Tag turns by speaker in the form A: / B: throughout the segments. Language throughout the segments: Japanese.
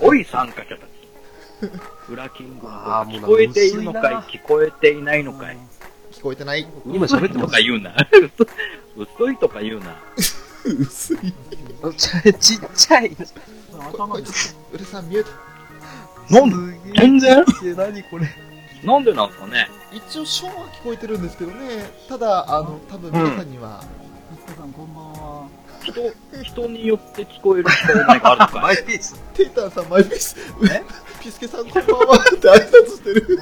A: ごい参加者たち。裏キングの
B: あーもう
A: 聞こえているの
B: なん
A: かい、
B: か
A: 聞こえていないのかい。
C: 聞こえてない。
B: 今喋って
A: と
B: ます
A: か。言うな。薄いとか言うな。
C: 薄い。
B: ちちっちゃい。
C: ここいつ、うるさんミュート。
A: なん全然
B: で何これ。
A: なんでなんですかね
C: 一応、ショーは聞こえてるんですけどね。ただ、あの、多分皆さんには、
D: マスタさんこんばんは。
A: 人、人によって聞こえる聞こえないがあるのか
B: マ
A: い
B: イペース。
C: テイタンさん、マイピース、ピスケさん、こんばんはって挨拶してる。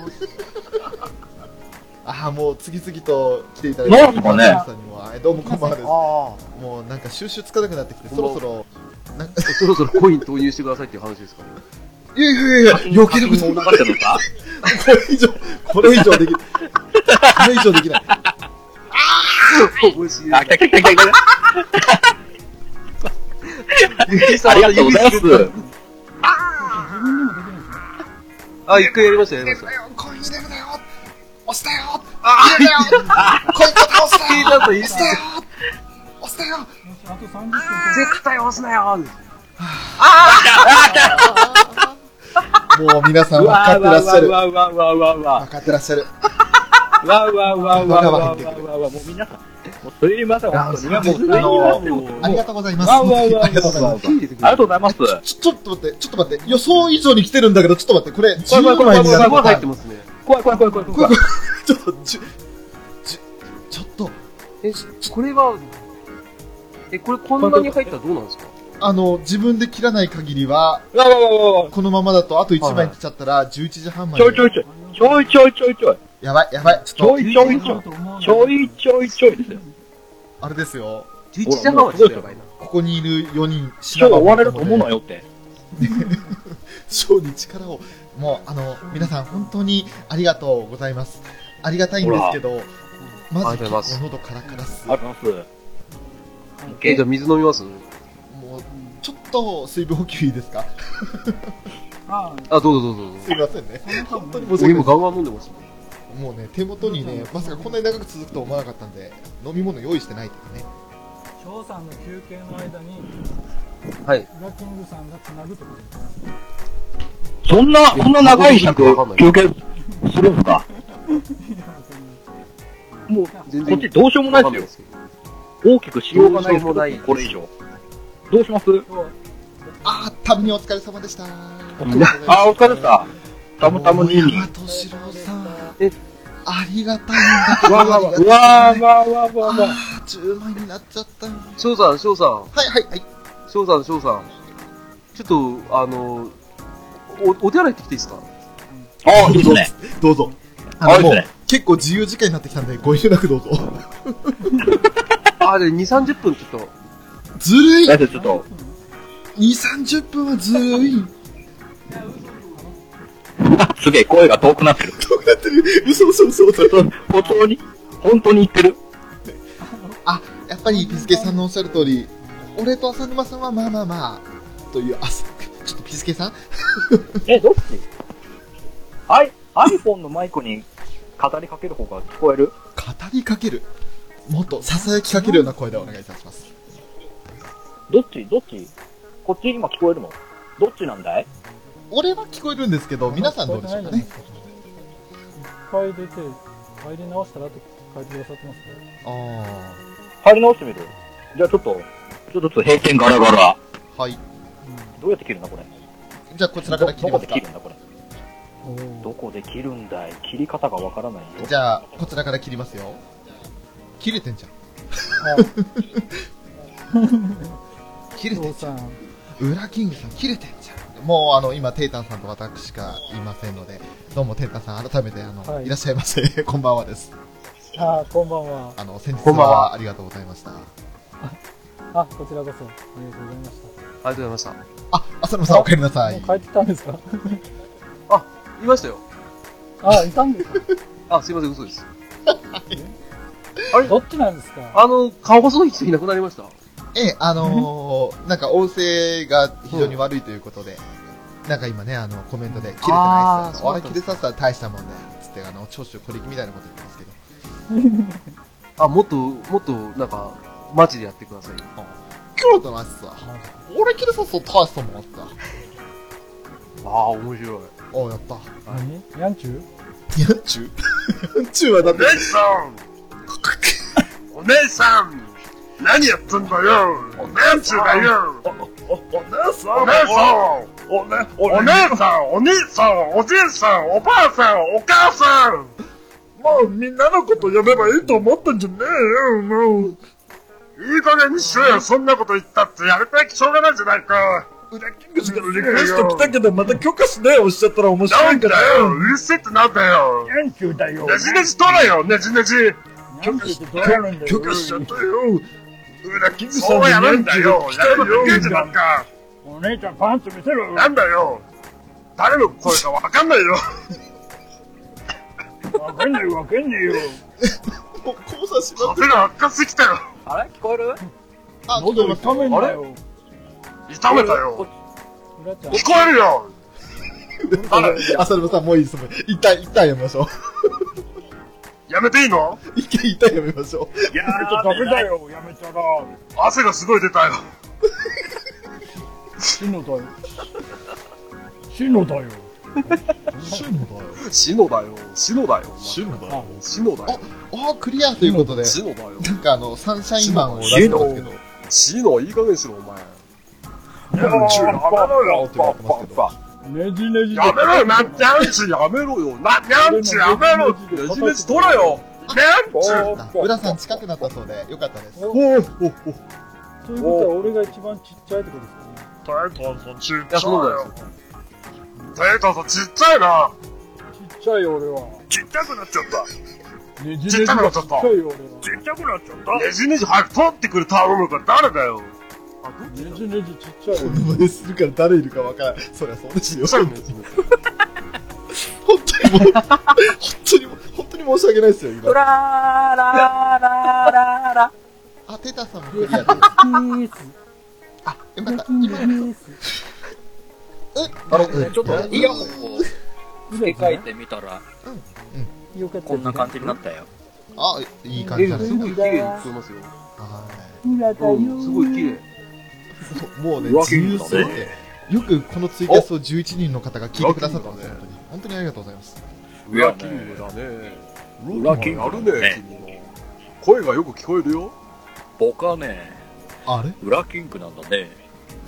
C: ああ、もう次々と来ていただいて
A: なんすかね
C: 皆さんにも、はいどうもこんばんはです。
B: あ
C: もうなんか収集つかなくなってきて、
B: こ
C: そ
B: んばんは
C: ろそろ、なん
B: あ。そろそろコイン投入してくださいっていう話ですかね。
C: いやいやいや、余計なこと
A: もかってるのか
C: これ以上、これ以上でき、これ以上できない。
B: 面白
A: あ、
B: い
A: 来。た来た来た来た。ありがとうございます。
D: 自分でもできるんですね。
B: あ、一回やりました、やりました。
C: コイン入れるなよ押したよ入れるなよコインボタン押した
B: 聞い
C: よ
B: たと言い
C: 押したよ押したよ
D: よし、あと30分。
B: 絶対押すなよ
C: もう皆さん分
A: う
C: かっ
A: わう
C: てら
A: わ
C: っ
A: う
C: しゃ
A: わう
C: る。
A: わうわうわうわうわ。
C: 分かってらっしゃる。
A: わうわうわうわうわうわうわうわもう皆さん、もうすいません、本当に。いやもうすいません、もう
C: ありがとうございます。
A: わうわうわ
C: ありがとうございます。
B: 聞いてて
A: あ
B: く
A: りが
B: れ。
A: とうございます。
C: ちょ、ちょっと待って、ちょっと待って。予想以上に来てるんだけど、ちょっと待って。これ、10枚にな
B: す
C: る
B: ご
C: パ
B: い
C: ター
B: 入って
C: ン
B: ますね。
A: 怖い怖い怖い怖い怖い。
C: ちょっと、10、10ちょっと、
B: え、これは、え、これこんなに入ったらどうなんですか
C: あの、自分で切らない限りは、
A: うわうわうわうわ。
C: このままだとあと1
B: はい
C: 枚来ちゃったら、11時半ま
A: ち
C: で
A: ょい。ちょいちょい。ちょいちょいちょいちょい。
C: やばい、やばい。ち
A: ち
C: ょっと、
A: ょいちょいちょい。ちょいちょいちょいですよ。
C: あれですよ。
B: ?11 時半はちょっとやばいな。
C: ここにいる4人、
A: 今日は終われると思うのよって。
C: ショーに力を、もう、あの、皆さん本当にありがとうございます。ありがたいんですけど、ま
B: あり
C: ず結
B: がとうございます
C: 構喉カラカラっす。
A: あ
C: も
A: りがとうございます。
B: え、じゃあ水飲みます
C: う、ちょっと水分補給いいですか
D: ああ、
B: あ、どうぞどうぞどうぞ
C: すいませんね。本当に申し訳
B: 俺
C: な
B: 今
C: い
B: ガンガン飲んでますね。
C: もうね、手元にね、まさかこんなに長く続くとは思わなかったんで、飲み物用意してないとかね。
D: 翔さんの休憩の間に、
B: はい。
D: 裏キングさんが繋ぐってことですね。
A: そんな、こんな長い尺、休憩するんですかもう、こ
B: 全
A: っちどうしようもないですよ。
B: すよ。
A: 大きくしようがないですけど、これ以上。どうします
D: 今日、
C: あー、タムにお疲れ様でした。
A: あ、お疲れでした。たむたむに。
C: 山敏郎さん。
B: え
C: ありがたいんだけど、
A: わ
C: あ
A: わ
C: りが
A: わ
C: たい
A: わわわわわ。
C: あー、10枚になっちゃった。は
B: 翔さん、翔さん、
C: いはいはい。
B: 翔さん、翔さん。ちょっと、あの、お、お手洗い行ってきていいですか
A: あ、いいですね。
C: どうぞ。
A: あ
C: あの、
A: いい
C: も
A: で
C: う
A: すね、
C: 結構自由時間になってきたんで、ご遠慮なくどうぞ。
B: あ、で、2、30分ちょっと。
C: ずるい
A: だってちょっと、
C: !2、30分はずるい
A: すげえ声 が遠くなってる。
C: とかってる。嘘嘘嘘嘘。
A: 本当に本当に言ってる
C: やっぱり、ピスケさんのおっしゃる通り、俺と浅沼さんはまあまあまあ、という、あ、そちょっとピスケさん
A: え、どっちアイ ?iPhone のマイクに語りかける方が聞こえる
C: 語りかける。もっと囁きかけるような声でお願いいたします。
A: どっちどっちこっち今聞こえるのどっちなんだい
C: 俺は聞こえるんですけど、皆さんどうでしょうかね。
D: 一回出て、入り直したらって書いてくださってますけど。
C: あ
A: 入り直してみるじゃあちょっと、ちょっとちょっと閉店ガラガラ。
C: あ。はい。
A: どうやって切るんだこれ。
C: じゃあ、こちらから切
A: ど
C: り
A: こ
C: ま
A: です
C: か
A: 切る。んだこれ。
D: お
A: どこで切るんだい切り方がわからないよ。
C: じゃあ、こちらから切りますよ。切れてんじゃん。 切れてんじゃ
D: 翔
C: ん。
D: さん、
C: ウラキングさん切れてんじゃんもうあの今テイタンさんと私しかいませんのでどうもテイタンさん改めてあの、、
D: はいい
C: らっしゃいませ こんばんはです
D: ああ、こんばんは。
C: あの先日
B: こんばん
C: は
B: は
C: ありがとうございました
D: あ、こちらこそ、ありがとうございまし
B: ありがとうございまし
C: あ浅野さんお帰りな
D: た。
C: さい
D: もう帰ってたんですか
B: た。いましたよ。
D: あ、いたんですか
B: あ、すいません、嘘です。
D: どっちなんですか
B: あの、顔細い人いなくなりました。
C: ええあのー、なんか音声が非常に悪いということで、なんか今ねあのコメントで切れてない
B: あ
C: っ
B: ー
C: す
B: そうだ
C: 俺
B: った
C: 切れさせたら大したもんだよつってあの長州小力みたいなこと言ってますけど
B: あ、もっと、もっと、なんか、マジでやってくださいよ。
C: 切れてないっすわ俺切れさせたら大したもんだ
B: ああ、面白い。
C: おやった。
D: 何ヤンチュ
C: ニャンチ ュニャンチュはだって、
E: 姉さんお姉さん何やってんだよお姉ちゅうだよ
A: お、お姉さ
E: お姉さん
A: んおね、
E: お姉さんお姉さんおじいさんおばあさんお母さんもうみんなのこと呼べばいいと思ってんじゃねえよもういい加減にしろよそんなこと言ったってやるべきしょうがないじゃないか裏キングスからリクエスト来たけどまた許可しねえおっしゃったら面白いんだようるせえってなんだよ
A: ヤンチュだよ
E: ねじねじ取れよねじねじ
D: ヤンチュってどうやるんだよ。
E: 許可しちゃったよ。裏キング
F: さん
E: そうやるんだよ。やるのだけじゃなんか。
D: お姉ちゃんパンツ見せろ
E: なんだよ。誰の声かわかんないよ。
D: わかんないわかんないよ。
C: もう交差しまっ
E: 風が悪化してきたよ。
A: あれ聞こえる
C: あ、
D: 喉痛めんだよ。
E: 痛めたよ。
D: 裏ちゃん。
E: 聞こえるよ。
C: あ、それもさん、もういいです。もう一旦、一旦やめましょう。
E: やめていいの
C: 一回一旦やめましょう。
A: いや
D: ちょっとダメだよ、やめたら。
E: 汗がすごい出たよ。
D: シノだよ。シノだよ。
C: シュノだよ。
B: シノだよ。シノだよ。
C: シュノだよ。
B: シノだよ。
C: おー、クリアということで、
B: シノだよ。
C: なんかあの、サンシャインマンを出してますけど、
B: シノ、いい加減にしろ、お前。
D: ねじねじで。
E: やめろよ、な、にゃんちゅ
B: やめろよ。な、
E: な、にゃんちゅやめろ。
B: ねじねじ取れよ。
E: にゃんちゅ
C: あ浦さん近くなったそうで、よかったです。
D: お
B: おおお
D: ということは俺が一番ちっちゃいってことですかね。
E: テイトさんちっ
B: いや、
E: ちゃい
B: そうだ
E: よ
B: よ。。
E: テイトさんちっちゃいな。
D: ちっちゃいよ俺は。
E: ちっちゃくなっちゃった。
D: ねじね
E: ちっちゃくなっちゃっ
D: ち
E: た
D: っちゃ。いよ
A: っ
D: 俺は。
A: ちゃくなっちゃっ
E: ねじねじ早く取ってくる頼むから誰だよ。
D: ねじねじちっちゃい
C: こ
D: よ
C: んな真似するから誰いるかわからない。そりゃそうですよ。
E: そう
C: 本当にもう、本当にもう、本当に申し訳ないですよ、今。
A: ラララララ
C: あ、テタさんもクリアです。
D: 俺。
C: あ、よかった。
A: あのね、ちょっとイヤホンを 付け替えてみたら、
D: よかった。
A: こんな感じになったよ。
C: あ、いい感
B: え、
C: じ
B: す
C: だ
B: ごい
C: ね。
B: 綺麗に聞こえますよ。
C: は
D: 裏だよ。
B: うん、すごい綺麗。
C: いもうね、
A: 裏
C: 自
A: 切る
C: 由
A: んだね
C: すぎて。よくこのツイキャスを11人の方が聞いてくださったんです、
B: 裏
C: 本当に。本当にありがとうございます。
B: ウラキングだね。
A: 裏キング
B: やるね、君の。声がよく聞こえるよ。
A: 僕はね、
C: あれ
A: 裏キングなんだね。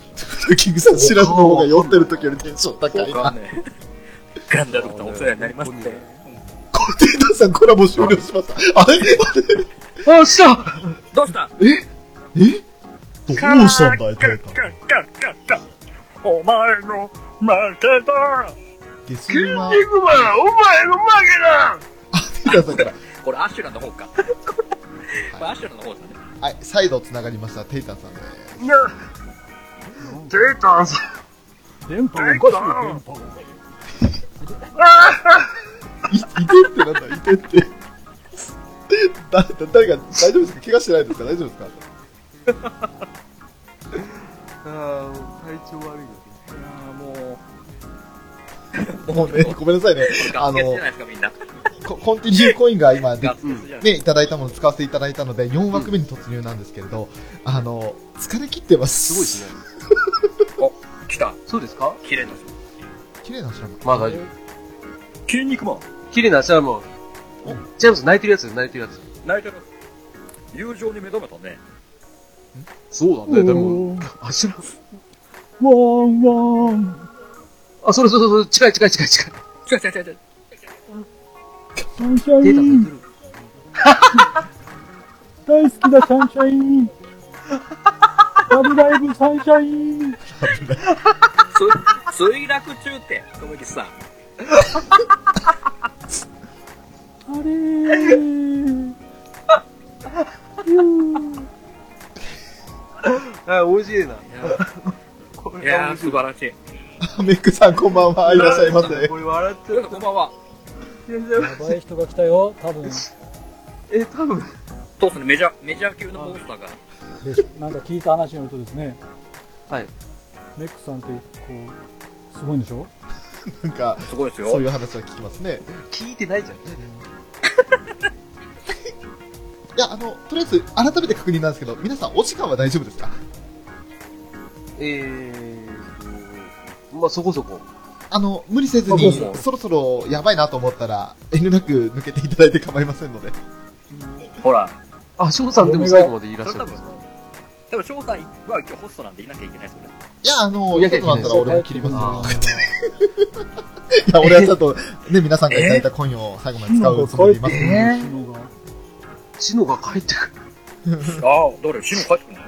C: キングさん知らずの方が酔ってる時よりテンション高い
A: 僕は
C: な。
A: ね、ガンダルフとお世話になりまして。
C: これ、テータさんコラボ終了しました。あれあれ
B: あ、した
A: どうした
C: えどうしたんだい、テータ。
A: お前の負けだ
C: ゲス
E: キン
C: に
E: 肉マ
C: は
E: ン、、お前の負け
C: テー
E: だ
C: タさんから、
A: これアシュラの方 か。これアシュラの方だね。
C: はい、再度繋がりました、テータさんです。
E: ねデータさん、
D: 電波が
E: デ
D: おか
E: ー
D: しい
E: タさ
D: よ電
C: い、い
E: ん
D: 波が。
C: てってなんだ、いてって。だ、だ、誰が、大丈夫ですか怪我してないですか大丈夫ですか
B: ああ、体調悪いよ。
A: も
C: もうね、ごめんなさいね。
A: う、
C: あの
A: ガス欠じゃない、ですか、みんな。
C: ココンティニューコインが今で
A: ガ、ス欠じゃない。
C: ね、いただいたもの使わせていただいたので、4枠目に突入なんですけれど、あの、疲れ切ってます。
B: すごい ですね。
A: 来た。
B: そうですか
A: 綺麗な
C: 綺麗な 白
B: まあ大丈夫。
A: 筋肉マン。
B: 綺麗なシャーマン。ジェームス泣いてるやつよ、泣いてるやつ。
A: 泣いてる。友情に目覚めたね。
B: そうだね、でも。あ、知らん。
D: ワンワン。
B: あ、それそれそれ、近い近い近い近い。
A: 違う違う違う違う。
D: サンシャ
B: データ
D: イ
B: さんい
D: ン
B: て。る。
D: 大好きだサンシャイン。ラブライブサンシャイン。
A: す墜落中って、小麦さん。
D: あれー。ひゅー
B: あ、美味しいな。 こ
A: いやー、素晴らしい。
C: メイクさんこんばんは、いらっしゃい ませ。
B: これ笑っちゃ
A: こんばんは。
D: やばい人が来たよ、多分。
B: え、多分。
A: どうするメジャー、メジャー級のモンスターが。
D: でなんか聞いた話によるとですね、
B: はい。
D: メックさんってこうすごいんでしょ
C: なんか、
A: すごいですよ。
C: そういう話は聞きますね。
B: 聞いてないじゃん。
C: いや、あの、とりあえず、改めて確認なんですけど、皆さん、お時間は大丈夫ですか
B: えーと、まあそこそこ。
C: あの、無理せず
A: あ
C: に
A: どう、ぞ
C: そろそろやばいなと思ったら、遠慮なく抜けていただいて構いませんので。
A: ほら、
B: あ、翔さんでも最後までいらっしゃるんですか
A: 多分翔さんは今日ホストなんでいなきゃいけないですよね。
C: いや、あの、
B: いやい
C: ちょ
B: や
C: っとなったら俺も切りますよ
B: あー
C: いや、俺はちょっと、ね、皆さんからいただいたコインを最後まで使うつもりでいますので。
D: えのが
B: シノが帰ってくる。
A: ああ、誰、死ぬ帰ってくるの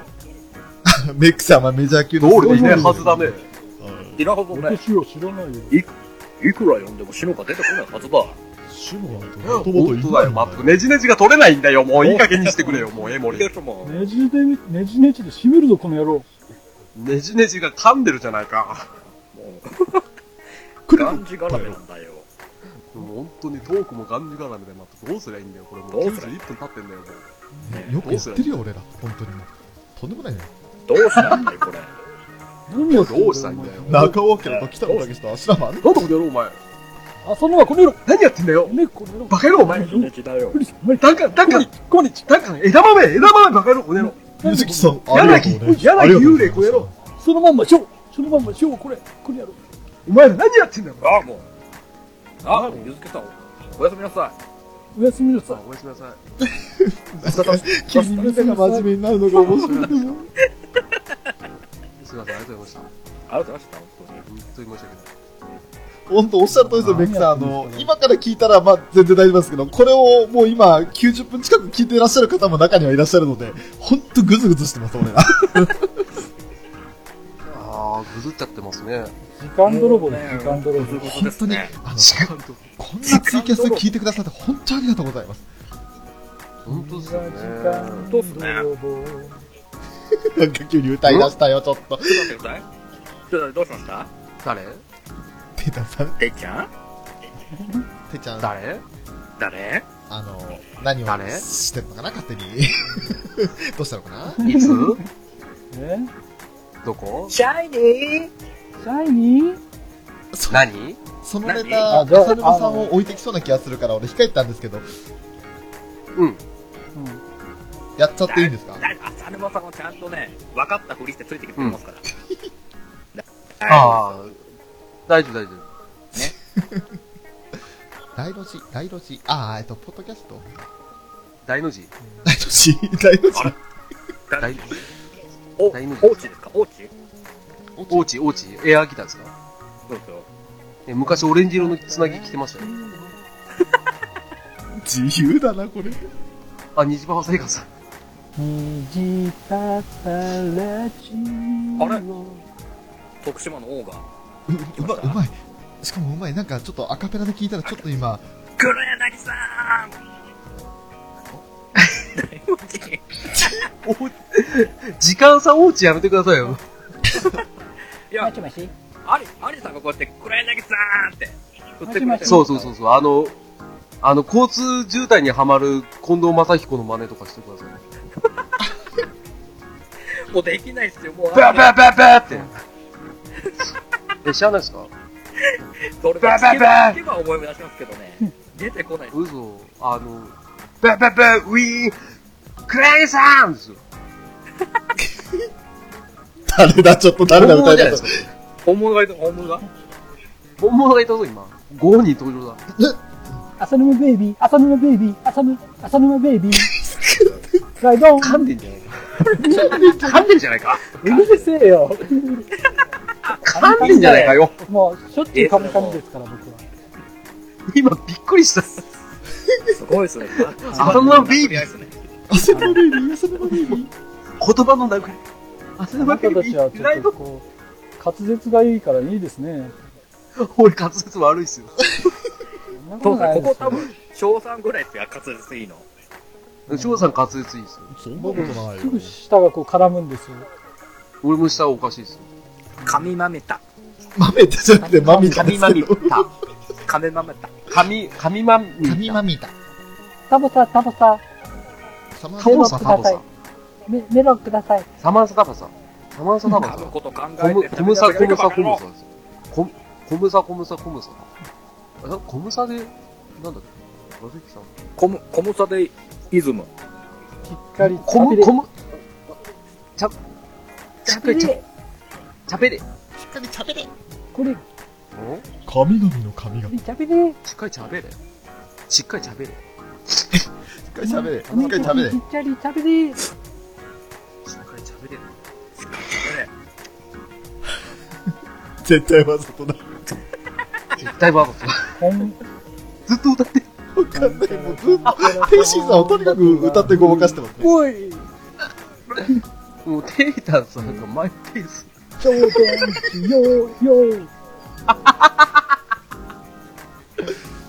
C: メックさんはメジャー級
B: どうりでいないはずだね。
C: うん
A: いなはずもない。
D: 私を知らないよ。
A: いくら呼んでも死ぬが出てこないはずだ。
C: シュノは
B: 本
C: どう
B: 当だよ、マップ。ねじねじが取れないんだよ、もういい加減にしてくれよ、もう、エモリ。
A: も
D: ねじで、ねじねじで締めるぞ、この野郎。
B: ねじねじが噛んでるじゃないか。
A: う、がんじがらめなんだよ。
B: もう本当にトークもがんじがらめで、マップどうすりゃいいんだよ、これもう
A: どうすりゃ
B: 91分経ってんだよ、もう。
C: よくやってるよ、俺ら。本当にもう。とんでもないね。
A: どうしたんだよ、これ。
D: 何を
B: どうしたいんだよ。なんだ
C: 中尾家の時田村家とアシラマン。
B: この野郎、お前。
D: あ、そのはこの野郎。
B: 何やってんだよ。
D: ね、この野郎。
B: バカ野郎、お前。
A: 人質だよ。
B: ダンカン、ダンカン、こんにちダンカン、枝豆、枝豆、バカ野郎、この野郎。
C: ゆずきさん、
B: 柳、柳幽霊、この野郎。
D: そのまんま、しょう。そのまんま、しょう。これ、この野郎。
B: お前ら何やってんだよ、お前
A: ああ、もう。ああ、もう、ゆずきさん、おやすみなさい。
D: おやすみなさい
B: さあ。おやすみなさい。
C: 君の手が真面目になるのが面白い。
B: すみません、ありがとうございま
A: ありがとうございました、本当に。
B: した。本当に申し訳ない。
C: 本当おっしゃる通りですよ、メックさん。あの、今から聞いたら、まあ、全然大丈夫ですけど、これをもう今、90分近く聞いていらっしゃる方も中にはいらっしゃるので、本当グズグズしてます、俺ら。
B: ああ、ぐずっちゃってますね。
D: 時間泥棒です、時間泥棒。
A: 本当に。
C: あの、こんなツイキャス聞いてくださって、本当ありがとうございます。
B: 本当ですよね。
A: 当っすね
C: なんか急に歌い出したよ、ちょっと。
A: ちょっと待ってください。ちょっとどうしました
B: 誰
C: てたさん、
A: てっちゃん
C: てちゃん、
B: 誰
A: 誰
C: あの、何を
B: 誰
C: してるのかな、勝手に。 どうしたのかない
B: つ
D: え
B: どこ
A: シャイニー
D: シャイニー
C: そ
B: 何
C: そのネ
A: 何
C: タ、
D: あじゃあ
C: 浅沼さん
D: あ
C: を
D: の
C: 置いてきそうな気がするから、俺控えてたんですけど、
B: うん。
C: やっちゃっていいんですか
A: 浅沼さんはちゃんとね、分かったふりしてついてきてくれますから。
B: ああ、大丈夫、大丈夫。
C: 大路地、大路地、あー、えっと、ポッドキャスト
B: 大の字
C: 大路地、大路地。
A: 誰
B: 大の字
A: お、
B: 大の字
A: おうちですかおうち
B: オーチ、オーチ、エアーギターですか
A: そうそう。
B: え昔オレンジ色のつなぎ着てましたよ。
C: 自由だな、これ。
B: あ、虹パパ生活さん。
D: 虹パパラジオ。
A: あれ徳島の王が。
C: ううま、うまい。しかもうまい。なんか、ちょっとアカペラで聞いたら、ちょっと今、
A: 黒柳さん大王子
B: 時間差オーチやめてくださいよ。
A: いや、あり、ありさんがこうやって、黒柳さんって、振ってくれてる
B: そうそうそうそう、あの、あの、交通渋滞にはまる近藤正彦の真似とかしてください。
A: もうできないっすよ、もう。
B: バーバーバーバーって。 え、知らないですか
A: それ
B: バ
A: が聞
B: バ
A: けば
B: バ
A: 聞けば思い出しますけどね。出てこないっす。
B: 嘘、あの、バーバーバー、ウィー、クレイさんですよ。
C: 誰だ、ちょっと誰だ、歌い
B: じゃな
C: だ
B: いですすか。
A: 本物がいた、本物が。
B: 本物がいたぞ、今。5人登場だ。
D: 浅沼ベイビー、浅沼ベイビー、浅沼、浅沼ベイビー。ライドン、
B: 噛んでんじゃないか。 噛んでんじゃないか。
D: うるせえよ。
B: 噛んでんじゃないかよ。
D: もう、しょっちゅうカムカムですから、僕は。
B: 今、びっくりした。
A: すごいっすね。
B: 浅沼ベイビー
A: っすね。
C: 汗のベイビー、汗のベイビー。
B: 言葉の殴り。浅
D: あ
B: 沼
D: な
B: ベ
D: た
B: イビ
D: たちは
B: ー、
D: ち
B: ラ
D: ょ
B: イ
D: っと
B: ド。
D: こう、滑舌がいいからいいですね。
B: 俺、滑舌悪いっすよ。
D: そんな
A: そ
D: こ
A: う
D: と
A: です
D: な
A: ね、ここ多
D: いですよ
A: 分、小3ぐらいっすよ、滑舌いいの。
B: 翔さん滑舌いいっすよ。
C: そんなことない
D: す
C: よ
D: ぐ。舌がこう絡むんですよ。
B: 俺も下はおかしいっすよ。
A: 髪まめた。
C: マメタじゃなくて、マミタで
B: 神
C: す
B: ま
C: け
B: み
C: ど。
B: た。
A: 髪まめた。
B: 神、神まみ
C: 神マ
B: た。
C: ミタ。
D: タボさん、タボさん、
C: サマ
B: サ
C: ー
B: モ
C: マ
B: ンサタボさん。
D: メメロンください。
B: サマンサタバさん。サマンサタバさ
A: 噛
B: ん
A: む。こと考
B: コ
A: え
B: ム、
A: て、
B: コムサ、コムサ、コム
A: も
B: サですよ。コム、コムサ、コムサ、コムサ。え、コムサで、なんだっけ和崎さん。
A: コム、コムサでイズム。
D: きっかり、
B: コム、
D: チャ
B: コム、ちゃ、ちゃ
D: ペ
B: ペ
D: レ
B: ちゃ、
D: チャペレ
B: ちゃペ
C: し
B: レ。
C: っかり喋れ。
D: これ、
C: 神々の神々。
D: ちゃべれ。
B: しっかり喋れ。しっかり喋れ。
C: 一回喋れ。一回喋れ
D: ち。っちゃりちゃべ
B: しっ
D: れ。
B: かり喋れ。
C: 絶対わざとだ。
B: 絶対バカだ。ずっと歌ってる。
C: わかんない。もうずっと、天心さんをとにかく歌ってごまかしてますね。
D: おい。
B: もうテイタンさんがマイペース。
D: 頂点しようよ。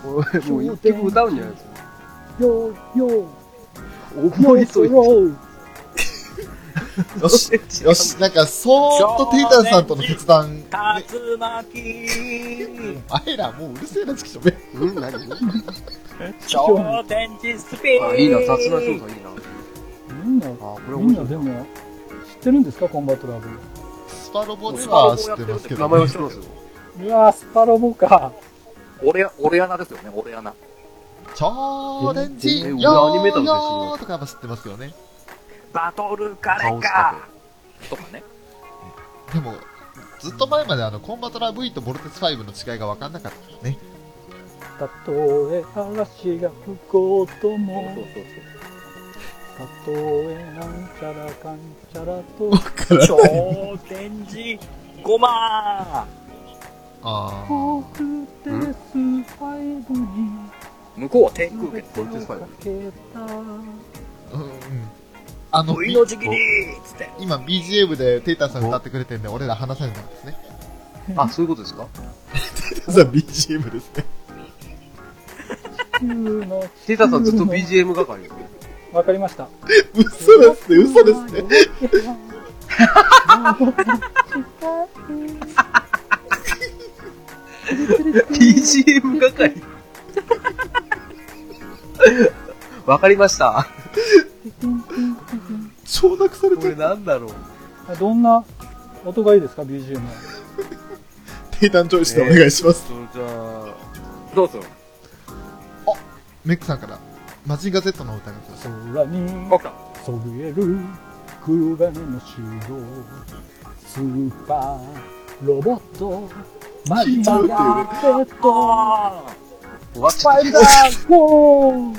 B: おいもう一曲歌うんじゃないですか。
D: よよ。
B: 思いといて。
D: よ。
C: よし。よし、なんか、そーっとテイタンさんとの決断。
A: 竜巻
C: あいら、もううるせえな、ちきしょめ。
B: うん、何
A: 頂点地スピー
B: あ、いいな、雑な調査いいな。
D: みんな、
B: あ、これ
D: み
B: 面
D: ん
B: 白。
D: ないでも、知ってるんですか、コンバットラブ。
C: スパロボでは知ってますけど、
B: 名前は知ってますよ。
D: うわスパロボか。
A: 俺、俺穴ですよね、俺穴。
C: チャレンジ
B: え
C: よ
B: 俺
C: ー
B: アニメータ
C: よ
B: ーの弟子の
C: ーとかは知ってますけどね。
A: バトルカレ
B: 倒す
A: か
B: か
A: とかね。
C: でも、ずっと前まであの、コンバトラ V とボルテス5の違いが分かんなかったからね。
D: たとえ嵐が吹こうと
A: そう
D: も
A: そう、
D: たとえなんちゃらかんちゃらと、
C: から
A: そうそう。頂点地ごま
C: あ
D: コ
C: ー。
D: ークテスファイブに、
A: 向こうは天空圏。
D: 手をかけた。
C: うんうん。あの、
A: V の時期につって。
C: 今 BGM でテイタンさん歌ってくれてるんで、俺ら話されたんですね。
B: あ、そういうことですか
C: テイタンさん BGM ですね。
D: 地球の、
B: テイタンさんずっと BGM 係ですね。
D: わかりました。
C: 嘘ですね、嘘ですね。
D: ね。
B: BGM 係。わかりました。
C: 承諾され
B: こ
C: て
B: れ
C: る。
B: なんだろう。
D: どんな音がいいですか、BGM は。
C: テイタンチョイスでお願いします。
B: それじゃあ、
A: どうぞ。
C: メックさんから、マジンガ Z の歌が来ました。
D: 空に
A: 僕さん。
D: そびえる黒金の城スーパーロボットマリマガペット
A: あ
B: 終わっちゃ
D: フ
B: っ
D: ァイブダーゴー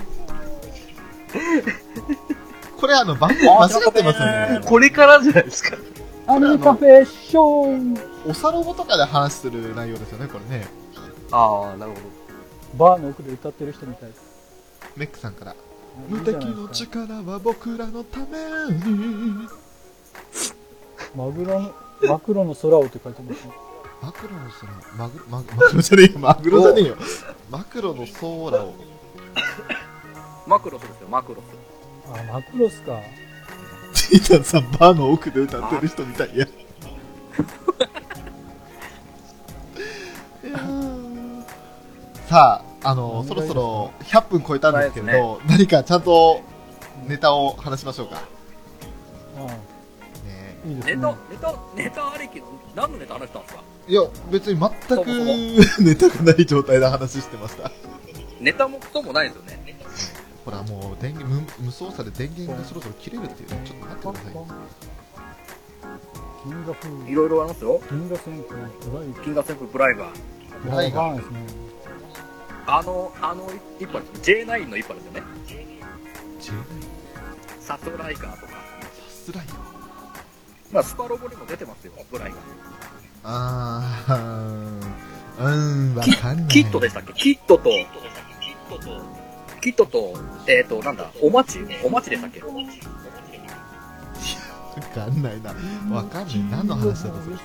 C: これあの、番号間違ってますよね
B: た。。これからじゃないですか。
D: アニカフェショー
C: おさロボとかで話する内容ですよね、これね。
B: ああ、なるほど。
D: バーの奥で歌ってる人みたいです
C: メックさんから。
D: い
C: 無
D: いじゃ
C: 敵
D: ない
C: の
D: ですか
C: 力は僕らのために。
D: マグロのマクロの空をって書いてますね
C: マクロの空、マグロ、マグマグロじゃねえよ、マグロじゃねえよ。マクロの空を。
A: マクロスですよ、マクロス。
D: あマクロスか
C: ティータンさん、バーの奥で歌ってる人みたいや。いやーさあ、あの、そろそろ100分超えたんですけれど、何かちゃんとネタを話しましょうか。
D: あ
C: ね
D: いいです
A: ネ
D: ね
A: タ、ネタ、ネタありきの、何のネタ話したんですか
C: いや、別に全
A: そも
C: くネタがない状態で話してました。
A: ネタもクソもないですよね。
C: ほら、もう電源無、無操作で電源がそろそろ切れるっていうね、ちょっと待ってくださいよ。
D: 銀河風
A: いろいろありますよ。
D: 銀河戦艦ドライ
A: 金河旋風ブライバー。
D: ブライガーですね
A: あの、あの一波ですね。J9 の一波ですよね。
C: ジェイナイ
A: サスライガーとか。
C: さすらいよ。
A: まあ、スパロボにも出てますよ、ブライガー。
C: あー、うーん、わかんない。
A: キットでしたっけキットと、キットと、えっ、と、なんだ、お待ちお待ちでしたっけ
C: わかんないな。わかんない。何の話だったそれ。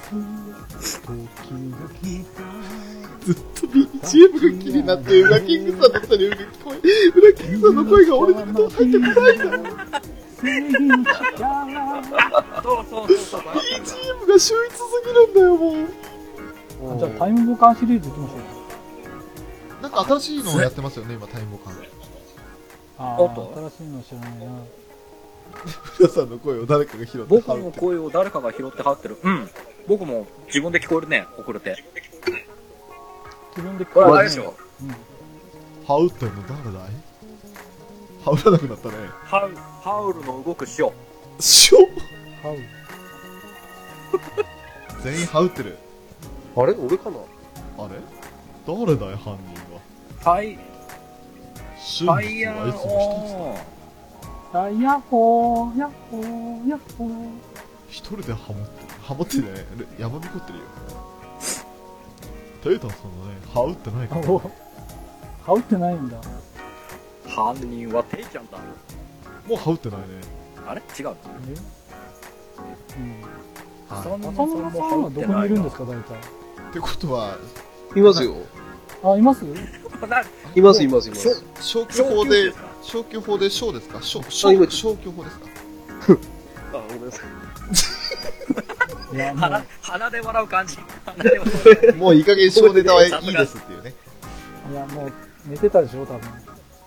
C: ずっと BGM が気になって、ウラキングさんの声が聞こえ、ウラキングさんの声が俺の口に入ってこない。BGM
A: そうそうそうそう。
C: が秀逸すぎるんだよ、もう。
D: じゃあタイムボカンシリーズいきましょう
C: なんか新しいのをやってますよね、今、タイムボカン。
D: あ
A: おっと
D: ー新しいの知らないな
C: 皆さんの声を誰かが拾って
A: 僕の声を誰かが拾ってはってる。うん。僕も自分で聞こえるね、遅れて。
D: 自分で聞
A: これ
D: こ
A: はあ
D: え
A: れ
D: る
A: でしょ。
C: 羽織ってんの誰だい羽織らなくなったね。
A: ハウ、ハウルの動く塩。
C: しょ
D: ハウ
C: 全員羽織ってる。
B: あれ俺かな
C: あ、あれ誰だよ、犯人は。
A: タイ、
C: シュン
A: タ
C: キ
A: イ
C: ス
A: ヤ
C: はいつも
A: を、
D: あやっほーやっほーやっほー
C: 一つ一人でハモってる。ハモってね、やまびこってるよ。テイタンさんはね、ハウってないから、
D: お羽織ってないんだ
A: 犯人はテイちゃんだ。
C: もうハウってないね。
A: あれ違う。
D: え、うん、
C: は
A: 浅
D: 浅
A: 村
D: 村さんはどこにいるんですか大体
C: い。ってことは、
B: いますよ。
D: あいます
A: かない
B: ます、います、いま
C: しょ
B: す。
C: 消去法で
A: 消去ですか、
C: 消去法で小ですか小、
B: あ今
C: 小、消去法ですか
B: あ、ごめんなさい。
D: いやも
A: 鼻
D: う、
A: 鼻で笑う感じ。鼻で笑
C: もういい加減小ネタはいいですっていうね。
D: いやもう寝てたでしょ多分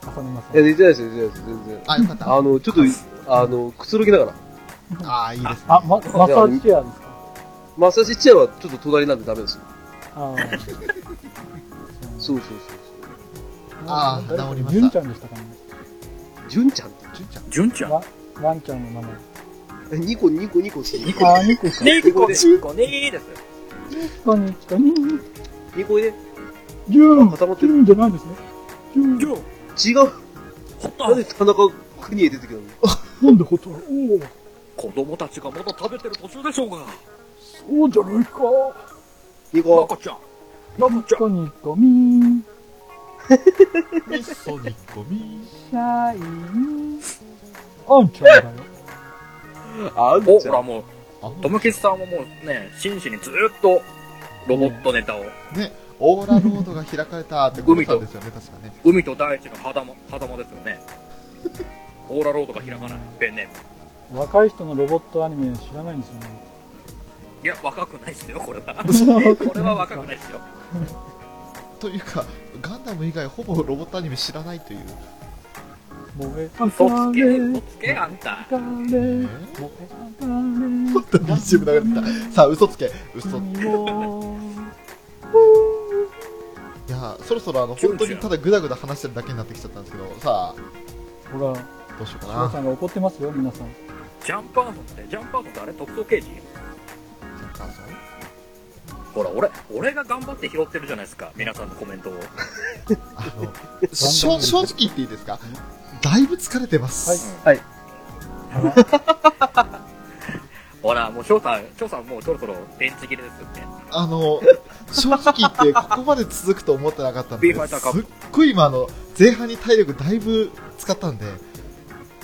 D: 浅沼さ
B: いや、
D: ん
B: 出てないですよ、出てないです、全然。
C: あ、よかった。
B: あの、ちょっと、あの、くつろぎながら。
C: あー、いいですね。
D: あまマッサージチェアですか
B: マッサージチェアはちょっと隣なんでダメですよ。
D: あー
B: そうそうそう
C: あー
D: 誰か
C: 治りました
D: 純ちゃんでしたかね
B: そう。純ちゃんって。
C: 純ちゃん。
A: う。純ちゃん。
D: ワワンちゃんの名前
B: えニコ、ニコ、ニコって。ニ
D: あーニコさん
A: ねぎこ、ね
B: 純
A: ぎこ、ねぎです。
D: こんにちはにー
B: ニコで。
D: 純
B: 固まってる
D: 純じゃないですね純
A: 純、
B: 違う。
A: ほった
B: なんで田中邦衛出てきたの
D: なんでほとんどおー
A: 子供たちがまだ食べてる途中でしょうが。
D: そうじゃないか
B: ニ
A: ナ
B: コ。
A: カちゃん。ナカちゃん。
D: こにこみー
C: ミッソニコミ
D: シャイニーあんちゃんだよ
B: あ
A: お、
B: んち
A: ほ
B: ゃ
A: ら
B: ん。
A: もう、
C: あ
A: トムキスさんはもうね、真摯にずーっと、ロボットネタを、
C: ね、オーラロードが開かれたってことなんですよね、確かね。
A: 海と大地の狭間、狭間ですよ ね。オーラロードが開かない、ペンネーム。
D: 若い人のロボットアニメ知らないんです よね
A: いや、若くないっすよ、これは。これは若くないっすよ。
C: というか、ガンダム以外ほぼロボットアニメ知らないという。
D: 燃え
A: 嘘つけ、
D: 上
A: 嘘
D: が
A: つけ、あんた。
C: え
D: れ
C: ー
D: 燃え上が
C: もっと BGM 流れてた。さあ、嘘つけ。嘘。い
D: 君を
C: や、そろそろあの、
A: キュ
C: 本
A: ン
C: 当
A: キュン
C: にただグダグダ話してるだけになってきちゃったんですけど、さ
D: ほら
C: あ、どうしようか
D: 皆
C: な。
D: さんが怒ってますよ皆さん
A: ジャンパーソンって、ジャンパーソンってあれ特捜刑事
C: さあ
A: ほら、俺、俺が頑張って拾ってるじゃないですか、皆さんのコメントを。
C: あの、正正直言っていいですかだいぶ疲れてます。
B: はい。
A: ほら、もう翔さん、翔さんもうそろそろ電池切れですって。
C: あの、正直言ってここまで続くと思ってなかったん
A: ビ
C: で、
A: ーファイターカップ
C: すっごい今あの、前半に体力だいぶ使ったんで、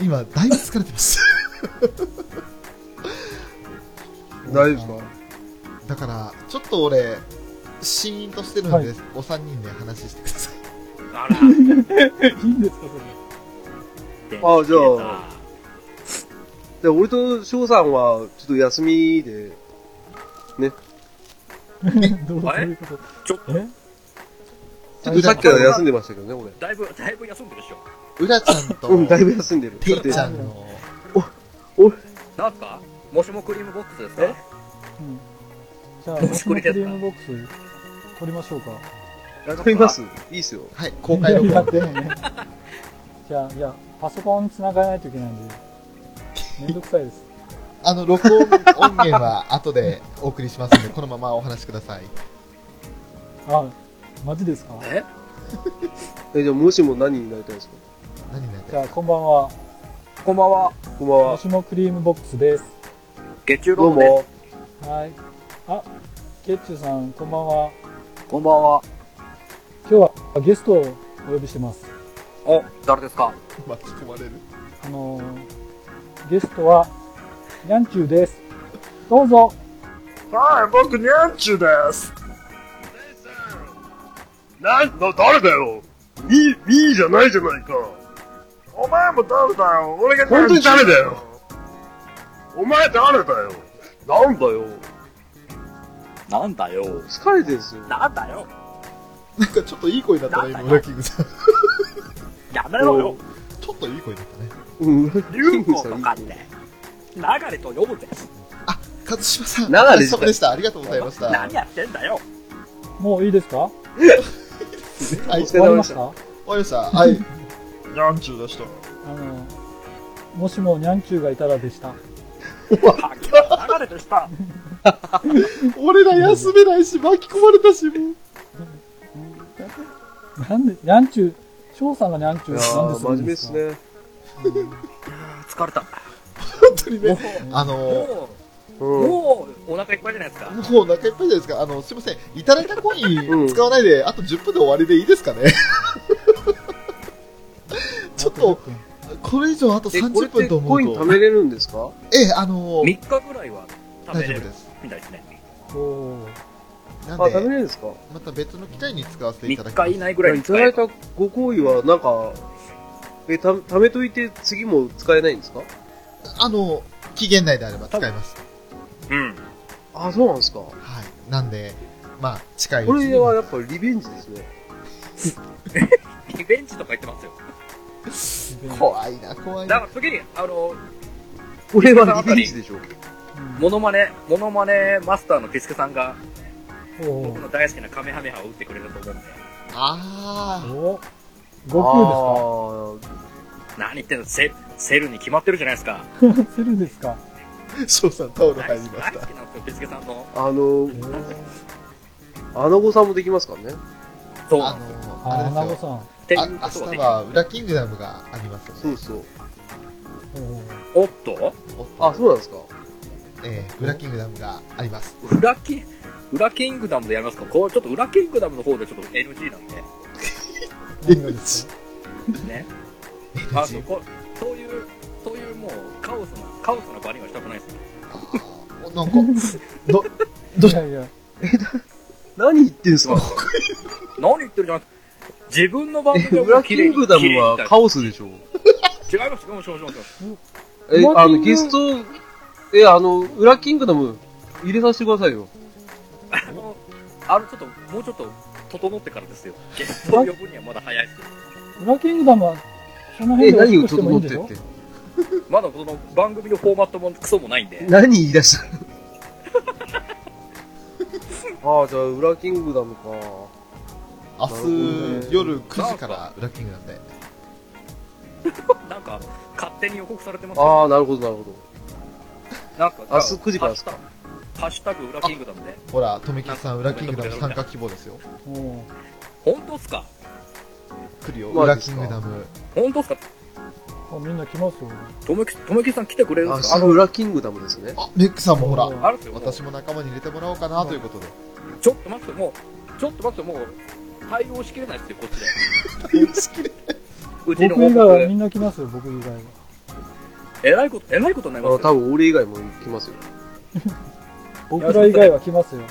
C: 今、だいぶ疲れてます。
B: 大丈夫ですか
C: だから、ちょっと俺、シーンとしてるんで、
D: はい
C: お三人で話してください。
A: あら、
D: いいんですか
A: 電池
B: あじゃ
A: 切れ
B: あで、俺と翔さんは、ちょっと休みで、
D: それ どうど
A: あれ
D: ういうこと
A: た。ちょっと、
D: え
B: ちょっとさっきから休んでましたけどね、俺。
A: だいぶ、だいぶ休んでるでしょ。
C: うらちゃんと、
B: うん、だいぶ休んでる。
C: て
B: だっ
C: い
B: て
C: ち、ゃんの、
A: なんすかもしもクリームボックスですか
D: うん じゃあ
A: どう
D: 私
A: しこ
D: のク
A: り
D: リ
A: ですか
D: ームボックス取りましょうか
B: 撮ります。いいっすよ。
C: はい、公開録
D: いや
C: 音。
D: でもねじゃあいやパソコン繋がないといけないんでめんどくさいです
C: あの、録音音源は後でお送りしますので、このままお話しください。
D: あマジですか
A: え
B: え、じゃあ、もしも何になりたいですか
C: 何になって
D: じゃあこんばんは
A: こんばんは。
B: こんばんは。
D: 私もクリームボックスです
A: 月中
B: ど
A: ロ
B: う
A: ーで
B: も。
D: はいあケッチュさんこんばんは
A: す。こんばんは。
D: 今日はゲストをお呼びしてます
A: お、誰ですか
C: 巻き込まれる。
D: あのーゲストはにゃんちゅうですどうぞ
G: はい、僕、ニャンチュです。なん、な、誰だよみ、みーじゃないじゃないか。お前も誰だよ俺が本当に誰だよお前誰だよなんだよ
A: なんだよ。
B: 疲れてるんですよ。
A: なんだよ。
C: なんかちょっといい声だったね、今、裏キングさん。ち
A: やめろよ。
C: ょっといい声だったね。
B: うん、キ
A: 流
B: ング
A: 行
B: さ
A: と
B: ん
A: かって、流れと呼ぶぜ。
C: 勝島さん、
B: 流れ
C: お疲様でした。ありがとうございました。
A: 何やってん だよ。
D: もういいですか
C: はい、
B: お疲
C: 終
B: れ
D: 終わり
B: 様で
D: ま
B: し
D: したたあ
C: わりました。はい、
G: ニャンチュでした。
D: のーもしもにゃんちゅうがいたらでした
A: はっきり流れでした。
C: 俺ら休めないし、巻き込まれたし、もう。
D: なんで、にゃんちゅう、翔さんがにゃんちゅう
B: や
D: なんで
B: ー
D: す
B: 真面目ですね。
A: 疲れた。
C: 本当にね、あのー、
A: もう、
B: うん。
A: もう、お腹いっぱいじゃないですか。
C: もうお腹いっぱいじゃないですか。あの、すいません。いただいたコイ
B: うん
C: ン使わないで、あと10分で終わりでいいですかね。 ちょっと、これ以上あと
B: え、こ
C: 30
B: れって
C: 分と思
B: コ
C: う
B: イン貯
C: と、
B: めれるんですか
C: ええ、あのー、
A: 3日ぐらいは食
C: 大
A: べ
C: 丈
A: れ
C: 夫
A: る
C: です。
A: みたいですね。
D: おー
C: な
B: あ、
C: ん
B: 貯めれ
C: で、
B: るんですか
C: また別の機会に使わせていただ
A: 3
C: きま
A: 日
C: す
A: 以。内ぐらい
B: い
A: に
B: た
A: 使
B: だ
A: え
B: い
A: ば
B: たご好意は、なんか、え、た、貯めといて次も使えないんですか
C: あの、期限内であれば使います。
A: うん。
B: あ、そうなんですか。
C: はい。なんで、まあ、近いうち
B: こ
C: に
B: れはやっぱリベンジですね。
A: リベンジとか言ってますよ。
C: 怖いな、怖い
A: だ
C: な。
A: から次に、あの、
B: これはリベンジでしょ。
A: モノマネ、モノマネマスターのピスケさんが、
D: お
A: 僕
D: ー
A: の大好きなカメハメハを打ってくれると思うんで、
C: あ
D: おー悟
A: 何言ってんの、セセルに決まってるじゃないですか。
D: 空ですかセルですか
C: ー、翔さんタオル
A: 大
C: 入り
A: 好き
C: まし
A: 大好
C: た。
A: きなんですよ、ピスケさんの。
B: あの、あの子さんもできますからね。
A: そう
C: あ
A: なんですよ。
C: の
D: あ、
C: あ
D: 穴
C: れ
D: 子
C: です
D: さ
C: よ。
D: ん。
A: っていう
C: あ明
A: ことは
C: 日
A: でき
C: は、裏キングダムがありますよ
B: そう
C: ね。
B: そう。
D: おー
A: おっと
C: おっと
B: あ、そうなんですか。
C: ええ、裏キングダムがあります。
A: 裏キン、裏キングダムでやりますかこれちょっと裏キングダムの方でちょっと NG なんで。
D: 何がですか
A: ね。あ
C: NG
A: のこそういう、そういうもうカオスな、カオスな場にはしたくないですね。
C: おなんか、 ど、ど
D: いやいや、
B: 何言ってんすか
A: 何言ってるじゃなく自分の番組はもう
B: 裏キ
A: 綺麗
B: ン
A: に
B: グダムはカ
A: オ
B: オスでしょ。
A: 違います、違います、違います違います。
B: え、
D: マ
B: あ
D: キン
B: の、
D: グ
B: ゲスト、え、あの、裏キングダム入れさせてくださいよ。
A: あの、あのちょっと、もうちょっと、整ってからですよ。ゲストを呼ぶにはまだ早いです。
D: 裏キングダムは、その
B: え、
D: 辺で
B: 何
D: 大き
B: を
D: くしてもい
B: 整
D: い
B: っ
D: んで
B: てっ
D: しょ
B: て。
A: まだその番組のフォーマットもクソもないんで。
B: 何言い出した ああ、じゃあ、裏キングダムか。
C: 明日夜9時から裏キングダムで。
A: なんか、勝手に予告されてますよ
B: ああ、なるほど、なるほ
A: なんか、
B: 明日9時からですか
A: ハッシュタグハッシュタグ裏キングダムで。
C: ほら、とめきさん、裏キングダム参加希望ですよ。
D: おー
A: 本当っすか
C: 来るよ、
B: まあ
C: 裏キングダム。
A: 本当っすか
D: あみんな来ますよ。
A: とめき、とめきさん来てくれるん
B: ど。
A: で
B: あ、
A: すか
B: すぐ裏キングダムですね。
C: あ、メックさんもほら、
A: ああるんですよ。もう
C: 私も仲間に入れてもらおうかなということで。
A: ちょっと待って、もう、ちょっと待って、もう、対応しきれないですよ、こっちで。 うちの
D: 僕以
A: 報
D: 外はみ
A: 告。
D: んな来ますよ、僕以外は。
A: えらいこと、えらいことにな
B: あ
A: りま
B: 多
A: すよ。
B: 分俺以外も来ますよ。
D: 僕ら以外は来ますよ。
A: も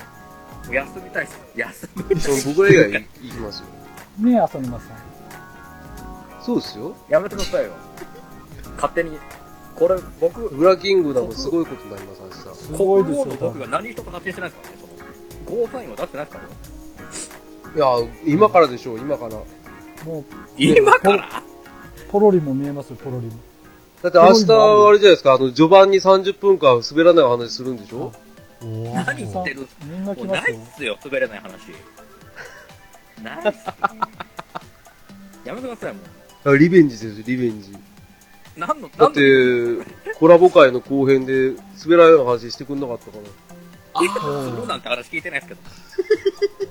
A: う休みたいっす。休み。
B: そう僕ら以外行きますよ。
D: ねえ、浅沼さん。
B: そうですよ。
A: やめてくださいよ。勝手に。これ、僕、
B: 裏キングダムすごいことになります、明日。
D: す
A: 国
D: ごいです
A: 王
D: よ
A: の、
D: 多
A: 僕
D: 分
A: が何一つ発見してないですからね、その。ゴーサインは出してないですからね。
B: いや、今からでしょう、今から。だ
D: もう、
A: 今から
D: ポロリも見えますよ、ポロリも。
B: って明日、あれじゃないですか、あの、序盤に30分間滑らないお話するんでしょ
C: おー
A: 何言ってる
D: みんな
A: も
D: 来
A: う
D: ま
A: な
D: す
A: い
D: よ
A: っ。すよ、滑れない 話。ないっすよ。やめてください、もう。
B: あリベンジですよ、リベンジ。
A: 何の、
B: だ
A: 何
B: っ
A: の
B: て、コラボ会の後編で滑らないお話してくんなかったから。
A: えするなんて話聞いてないですけ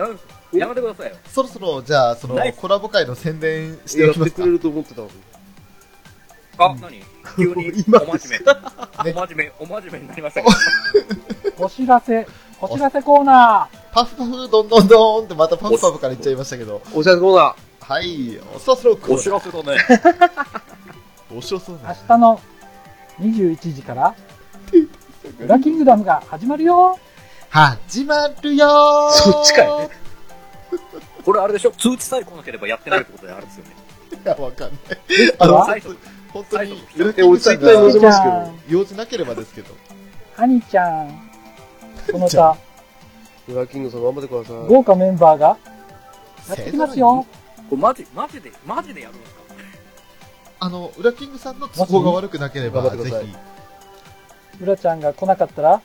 A: ど。やめ、やめてくださいよ。
C: そろそろ、じゃあ、その
A: ナイ、ス
C: コラボ会の宣伝して
B: や
C: お
B: っ
C: きま
B: て
C: すか
B: くれ。ると思ってたのに。
A: あ、何急に、
B: 今
A: お
B: です
A: 真面目。お真面目、お真面目になりましたけ
D: お知らせ、お知らせコーナ
C: パフパフ、どんどんどんってまたパフパフから言っちゃいましたけど。
B: お知らせコーナー。
C: はい、そろそろ
A: ど。
C: こ
A: お知らせだね。
C: おしろそう
D: ー。明
C: ね。
D: 日の21時から、裏キングダムが始まるよ。
C: 始まるよー
B: そっちかい
A: これあれでしょ通知さえ来なければやってないってことであるんですよね。
C: いや、わかんない。あの、
A: 最初
C: 本当に、
A: 最
B: え、俺ツイッターに載せますけ
D: あ
B: ど。
C: 用事なければですけど。
D: 兄ちゃん、この
C: ちゃ
D: 歌、
B: ブラッキングさん頑張ってください。
D: 豪華メンバーがやってきますよ。
A: これマジ、マジで、マジでやるんですか
C: あの、裏キングさんの都合が悪くなければ、
B: 頑張っ
C: ぜ
B: てください
C: ひ。
D: 浦ちゃんが来なかったら、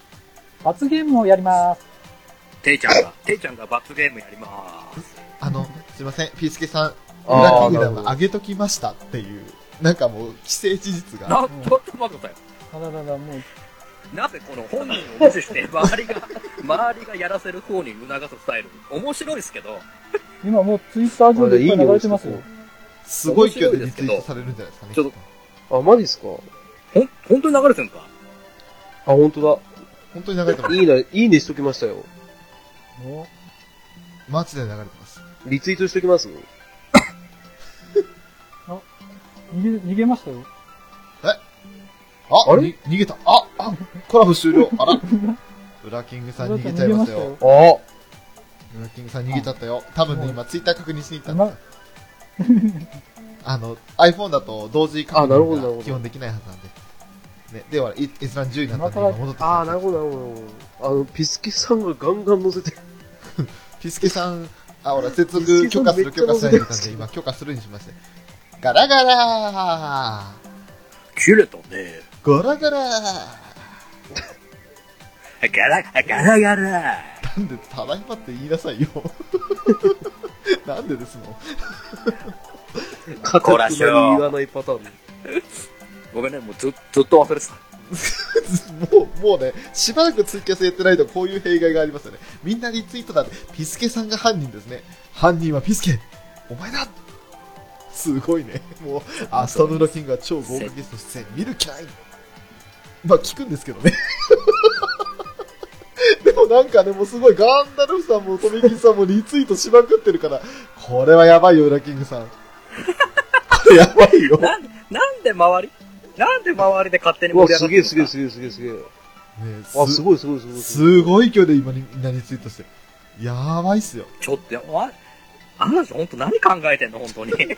D: 罰ゲームをやります。
A: ていちゃんが、ていちゃんが罰ゲームやりまーす。
C: あの、すいません、ピースケさん、
B: あー
C: 裏キングダム
B: な
C: 上
B: る
C: げときましたっていう、なんかもう、既成事実が。
A: な、ちょっと待ってください。
D: あららら、もう、
H: なぜこの本人を無視して、 周りが、周りがやらせる方に促すスタイル。面白いですけど、
D: 今もうツイッター上でいっぱい流れてますよ。
C: すごい勢いでリツイートされるんじゃないですかね。
H: ちょっと
B: あ、マジっすか
H: ほん、本当に流れてるのか
B: あ、本当
C: 本当に流れてま
B: だ。
C: す。
B: いいな、いいねしときましたよ。
D: も
C: マジで流れてます。
B: リツイートしときます
D: う逃げ、逃げましたよ。
C: あ、
B: あれ
C: に逃げた。あ、あ、コラボ終了。あら。ブラキングさん逃げちゃいました
D: 逃げ
C: よ。
B: ああ。
C: ブラキングさん逃げちゃったよ。多分ね、今ツイッター確認しに行ったんですよあの、iPhone だと同時確
B: あなるほどなる
C: 認
B: ほ
C: が
B: ど
C: 基本できないはずなんで。ね、では、い閲覧10位になったんで、
D: 今から
C: 今戻ってき
B: ああ、
C: ま
B: な
C: す
B: るほど、なるほど。あの、ピスケさんがガンガン乗せてる。
C: ピスケさん、あ、ほら、接続許可する、許可しないって言ったんで、今許可するにしまして。ガラガラ
H: 切れたね。
C: ーガラガラ
H: ガラ、ガラガラ。
C: ーなんで、ただいまって言いなさいよ。 なんでですの
H: こらしょ
B: に言わないパターン。
H: ごめんね、もうずずっと忘れてた。
C: もう、もうね、しばらくツイキャスやってないとこういう弊害がありますよね。みんなリツイートだって、ピスケさんが犯人ですね。犯人はピスケお前だすごいね。もう、アスタブラキングは超豪華ゲスト出演、見る気ないまあ、聞くんですけどね。 でもなんかね、もうすごい、ガンダルフさんもトミキンさんもリツイートしまくってるから、これはやばいよ、ウラキング さん。これやばいよ。ね
H: なん、なんで周りなんで周りで勝手に
B: うわ、
H: 盛り上
B: す
H: がって
B: げえ、
H: る
B: すげえ、
H: す
B: すげえ、すげえ、すげえ。
C: え
B: あ、すごい、すごい、すごい。
C: すごい勢いで今にみんなリツイートしてる。やばいっすよ。
H: ちょっとや、わあの人本当何考えてんの本 当に。何、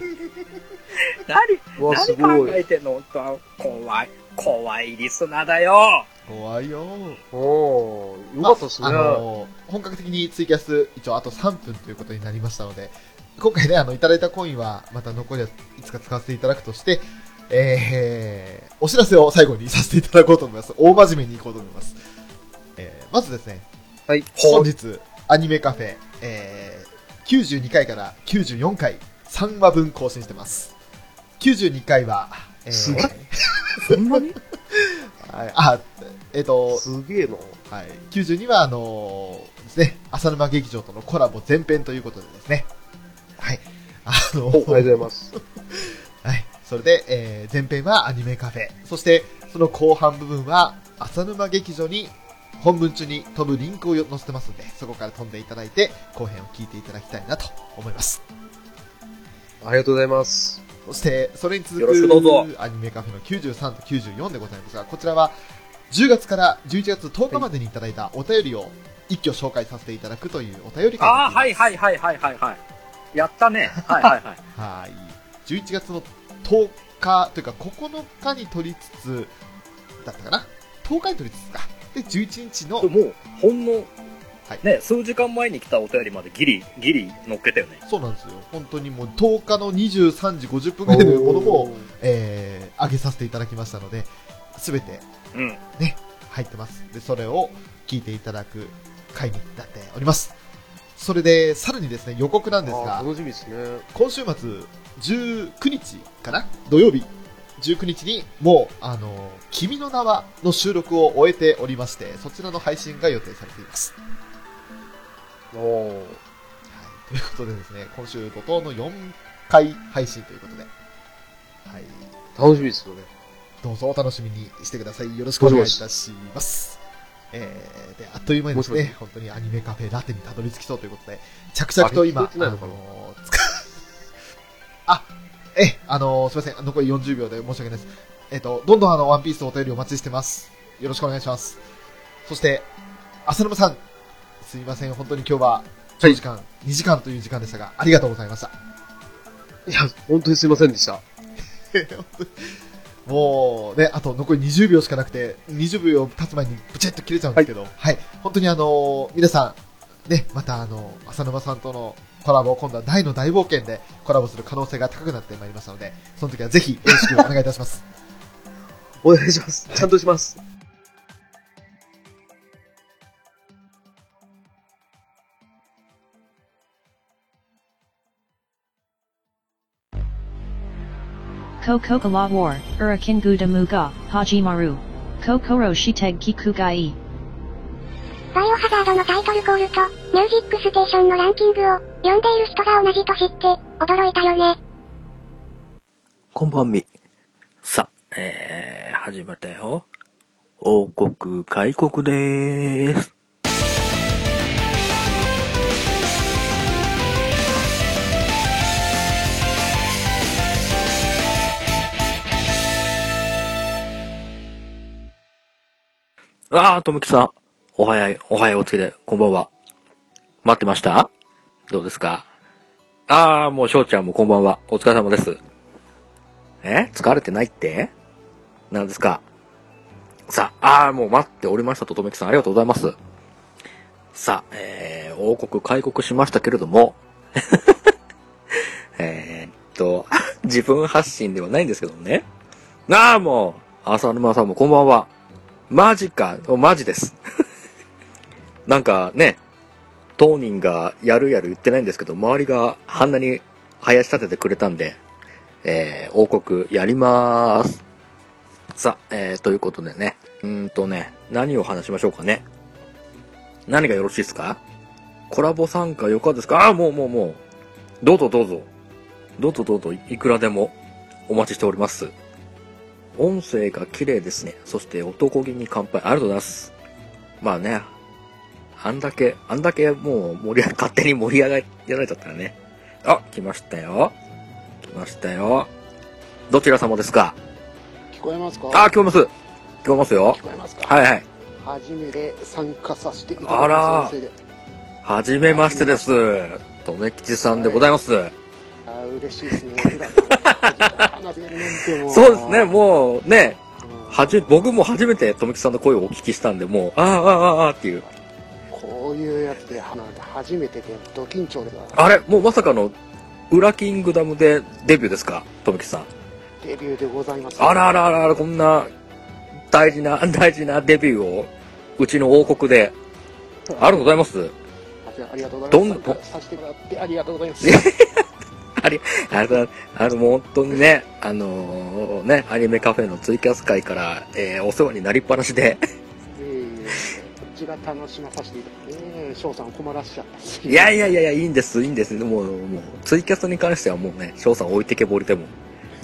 B: うわ、す
H: 何
B: ご
H: 考
B: い。
H: えてんの本当怖い、怖いリスナーだよ。
C: 怖いよ。
B: おー、よかったっすね。
C: あのー本格的にツイキャス、一応あと3分ということになりましたので、今回ね、あの、いただいたコインは、また残りはいつか使わせていただくとして、えー、お知らせを最後にさせていただこうと思います。大真面目にいこうと思います。えー、まずですね、
B: はい。
C: 本日、アニメカフェ、えー、92回から94回、3話分更新してます。92回は、えー、
B: すげえ
H: そんなに
C: はい、あ、えっ、と、
B: すげえな。
C: はい、92は、あのーですね、浅沼劇場とのコラボ全編ということでですね、はい、あの
B: お、ありがとうございます。
C: はい、それで、えー前編はアニメカフェ、そして、その後半部分は、浅沼劇場に、本文中に飛ぶリンクを載せてますので、そこから飛んでいただいて、後編を聞いていただきたいなと思います。
B: ありがとうございます。
C: そして、それに続
H: よろしくどうぞ
C: く、アニメカフェの93と94でございますが、こちらは、10月から11月10日までにいただいたお便りを一挙紹介させていただくというお便り会
H: ああ、
C: になっ
H: は
C: て
H: い
C: います。
H: はいはいはいはいはい。やったね。はいはいはい。
C: はい。11月の10日というか9日に取りつつ、だったかな ?10 日に取りつつか。で、11日の
H: で、もう、ほんの
C: はい、
H: ね、数時間前に来たお便りまでギリ、ギリ乗っけたよね。
C: そうなんですよ。本当にもう10日の23時50分ぐらいのものも、えー、上げさせていただきましたので、すべて
H: うん。
C: 入ってます。で、それを聞いていただく回になっております。それで、さらにですね、予告なんです
B: あ
C: が
B: ー、楽しみですね。
C: 今週末19日かな土曜日19日にもう、あの、君の名はの収録を終えておりまして、そちらの配信が予定されています。はい、
B: おー。
C: ということでですね、今週怒涛の4回配信ということで、はい、
B: 楽しみですよね。
C: どうぞお楽しみにしてください。よろしくお願いいたします。えー、で、あっという間にです
B: もし
C: ね、本当にアニメカフェラテにたどり着きそうということで、着々と今、
B: あ聞こえてないのかな
C: のーつか あ、え、あのーすいません、残り40秒で申し訳ないです。えっ、と、どんどんあの、ワンピースお便りお待ちしてます。よろしくお願いします。そして、浅沼さん、すいません、本当に今日は、長時間、2時間という時間でしたが、ありがとうございました。
B: いや、本当にすいませんでした。
C: もうね、あと残り20秒しかなくて、20秒経つ前にブチッと切れちゃうんですけど、はい、本当にあのー皆さん、ね、またあのー浅沼さんとのコラボを今度は大の大冒険でコラボする可能性が高くなってまいりましたので、その時はぜひよろしくお願いいたします。
B: お願いします。ちゃんとします。
I: Ko Kokala War, Urakingu Damuga, Hajimaru. 心して聞くがいい。
J: バイオハザードのタイトルコールと、ミュージックステーションのランキングを、読んでいる人が同じと知って、驚いたよね。
H: こんばんみ。さ、えー、始まったよ。王国開国でーす。ああ、とむきさん。おはやい、おはようつけて、こんばんは。待ってましたどうですかああ、もうしょうちゃんもこんばんは。お疲れ様です。え疲れてないってなんですかさあ、ああ、もう待っておりましたととめきさん、ありがとうございます。さあ、えー、王国開国しましたけれども、 えーっと、 自分発信ではないんですけどもね。なあ、もう、浅沼さんもこんばんは。マジか、おマジです。 なんかね、当人がやるやる言ってないんですけど、周りがあんなに林立ててくれたんで、えー王国やりまーす。さあ、えー、ということでね、うーんとね、何を話しましょうかね。何がよろしいですかコラボ参加よかですかあー、もうもうもう。どうぞどうぞ。どうぞどうぞ、いくらでもお待ちしております。音声が綺麗ですね。そして男気に乾杯。ありがとうございます。まあね、あんだけ、あんだけもう盛り上が、勝手に盛り上がられちゃったらね。あ、来ましたよ。来ましたよ。どちら様ですか
E: 聞こえますか
H: あ、聞こえます。聞こえますよ
E: 聞。こえますか
H: はいはい。
E: 初めて参加させていただき
H: あら
E: ま
H: ー
E: す先
H: はじめましてです。とめきちさんでございます。
E: 生あー嬉しいですね話せるなんても
H: そうですね、もうね、
E: うん
H: はじ、僕も初めてとめきさんの声をお聞きしたんで、もう、あーあーあーあーっていう。
E: こういうやつで話なんて初めてでド緊張で
H: あれもうまさかの、裏キングダムでデビューですかとめきさん。
E: デビューでございます
H: あらあらあらあら、こんな、大事な、 大事なデビューを、うちの王国で、ありがとうございます。
E: ありがとうご
H: ど
E: ざい
H: ん
E: ます参加させてもらってありがとうございます
H: いやあの、あの、もう本当にね、あのーね、アニメカフェのツイキャス会から、えーお世話になりっぱなしで、
E: いえいえこちら楽しまさせていただいてねえ翔さんを困らしちゃった
H: いやいやいやいや、いいんです、いいんです。もう、もう、ツイキャスに関してはもうね、翔さん置いてけぼりでも、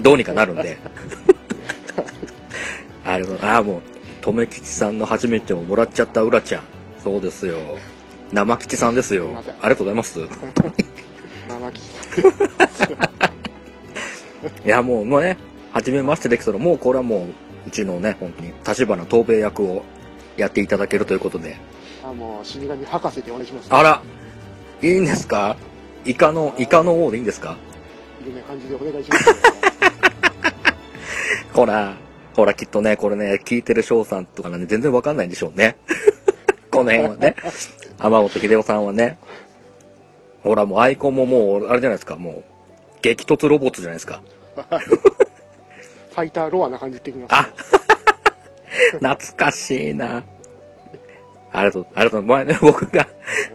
H: どうにかなるん で。あれも、ああ、もう、とめきちさんの初めてをもらっちゃったうらちゃん。そうですよ。生吉さんですよ。ありがとうございます。
E: 生木さん
H: いや、もう、もうね、初めましてできたら、もうこれはもう、うちのね、本当に、立花東兵衛役をやっていただけるということで。
E: あもう死神博士でお願いします
H: あら、いいんですかイカの、イカの王でいいんですか
E: 有名感じでお願いします
H: ほら、ほら、きっとね、これね、聞いてる翔さんとかがね、全然わかんないんでしょうね。 この辺はね。浜本秀夫さんはね。ほら、もうアイコンももう、あれじゃないですか、もう、激突ロボットじゃないですか。
E: ファイターロアな感じってきます
H: あ懐かしいな。ありがとう、ありがとう。前ね、 僕が、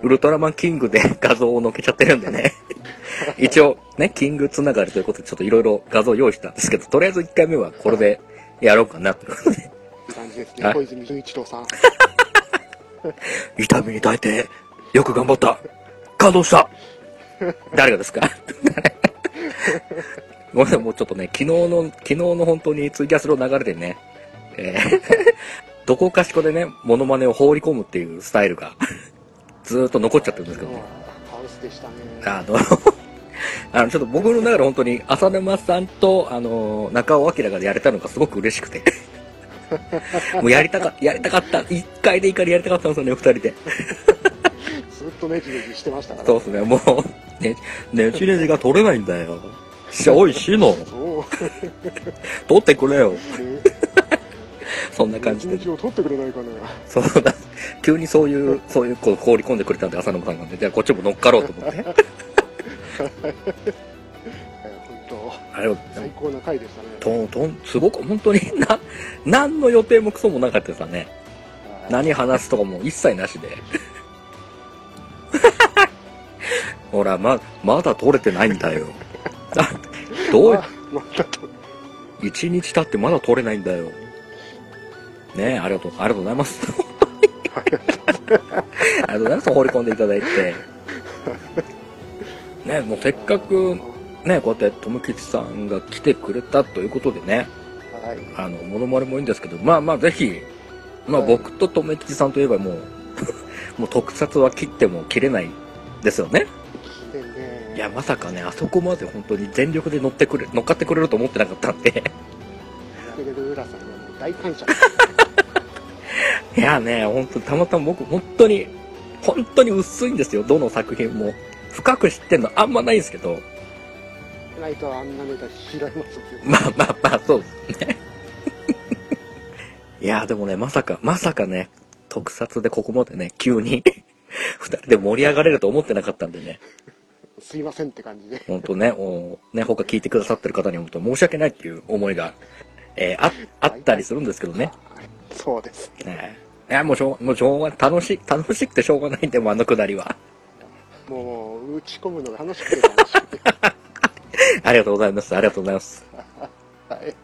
H: ウルトラマンキングで 画像を載っけちゃってるんでね。一応、ね、キングつながりということで、ちょっといろいろ画像用意したんですけど、とりあえず1回目はこれでやろうかなということで。
E: いい感じです
H: は
E: ね
H: い
E: 小泉純一郎さん
H: 痛みに耐えて、よく頑張った。感動した。 誰がですか ごめんなさい、もうちょっとね、昨日の、昨日の本当にツイキャスの流れでね、えー どこかしこでね、モノマネを放り込むっていうスタイル が、ずーっと残っちゃってるんですけどね。
E: ハウスでしたね
H: あの、 あの、ちょっと僕の中で本当に、浅沼さんと、あの、中尾明がやれたのがすごく嬉しくて。もうやりたか、やりたかった。一回でいいからやりたかったんですよね、二人で。
E: ずっとねじねじしてましたから
H: そうですね、もう、ね、ねじねじが取れないんだよ。しおいしいの。
E: そう
H: 取ってくれ よ。
E: ね
H: そんな感じで
E: 一。日を取ってくれないかな
H: そうだ。急にそういう、そういう、こう、放り込んでくれたんで、浅野さんがね、じゃあこっちも乗っかろうと思って。
E: えー本
H: あれを、
E: 当最高な回でしたね
H: トントン、すごく、本当に、な、何の予定もクソもなかったですからね。
E: はい
H: 何話すとかも一切なしで。 ほら、ま、まだ取れてないんだよ。あどう、
E: またと
H: 一日経ってまだ取れないんだよ。ねありがとう、ありがとうございます。ありがとうございます。放り込んでいただいて。ねもうせっかく、ね、こうやって、ともきちさんが来てくれたということでね、
E: はい。
H: あの、モノマネもいいんですけど、まあまあ、ぜひ、まあ
E: はい
H: 僕ととめきちさんといえばもう、 もう特撮は切っても切れないですよね。
E: でね、
H: いや、まさかね、あそこまで本当に全力で乗ってくれ、乗っかってくれると思ってなかったんで。
E: くれる浦さんにはもう大感謝。
H: いやね、本当たまたま僕、本当に、本当に薄いんですよ、どの作品も。深く知ってんのあんまないんですけど。
E: ないとあんなネタ拾いますよ。
H: まあまあまあ、そうですね。 いやでもね、まさか、まさかね、特撮でここまでね、急に、 二人で盛り上がれると思ってなかったんでね。
E: すいませんって感じで。
H: ほんとね、おね、他聞いてくださってる方に本当申し訳ないっていう思いが、えーあ、あったりするんですけどね。
E: そうです。
H: ねいや、もうしょう、もうしょうが、楽しい、楽しくてしょうがないんで、もうあのくだりは。
E: もう、打ち込むのが楽しくて楽しくて。
H: ありがとうございます。ありがとうございます。
E: はい。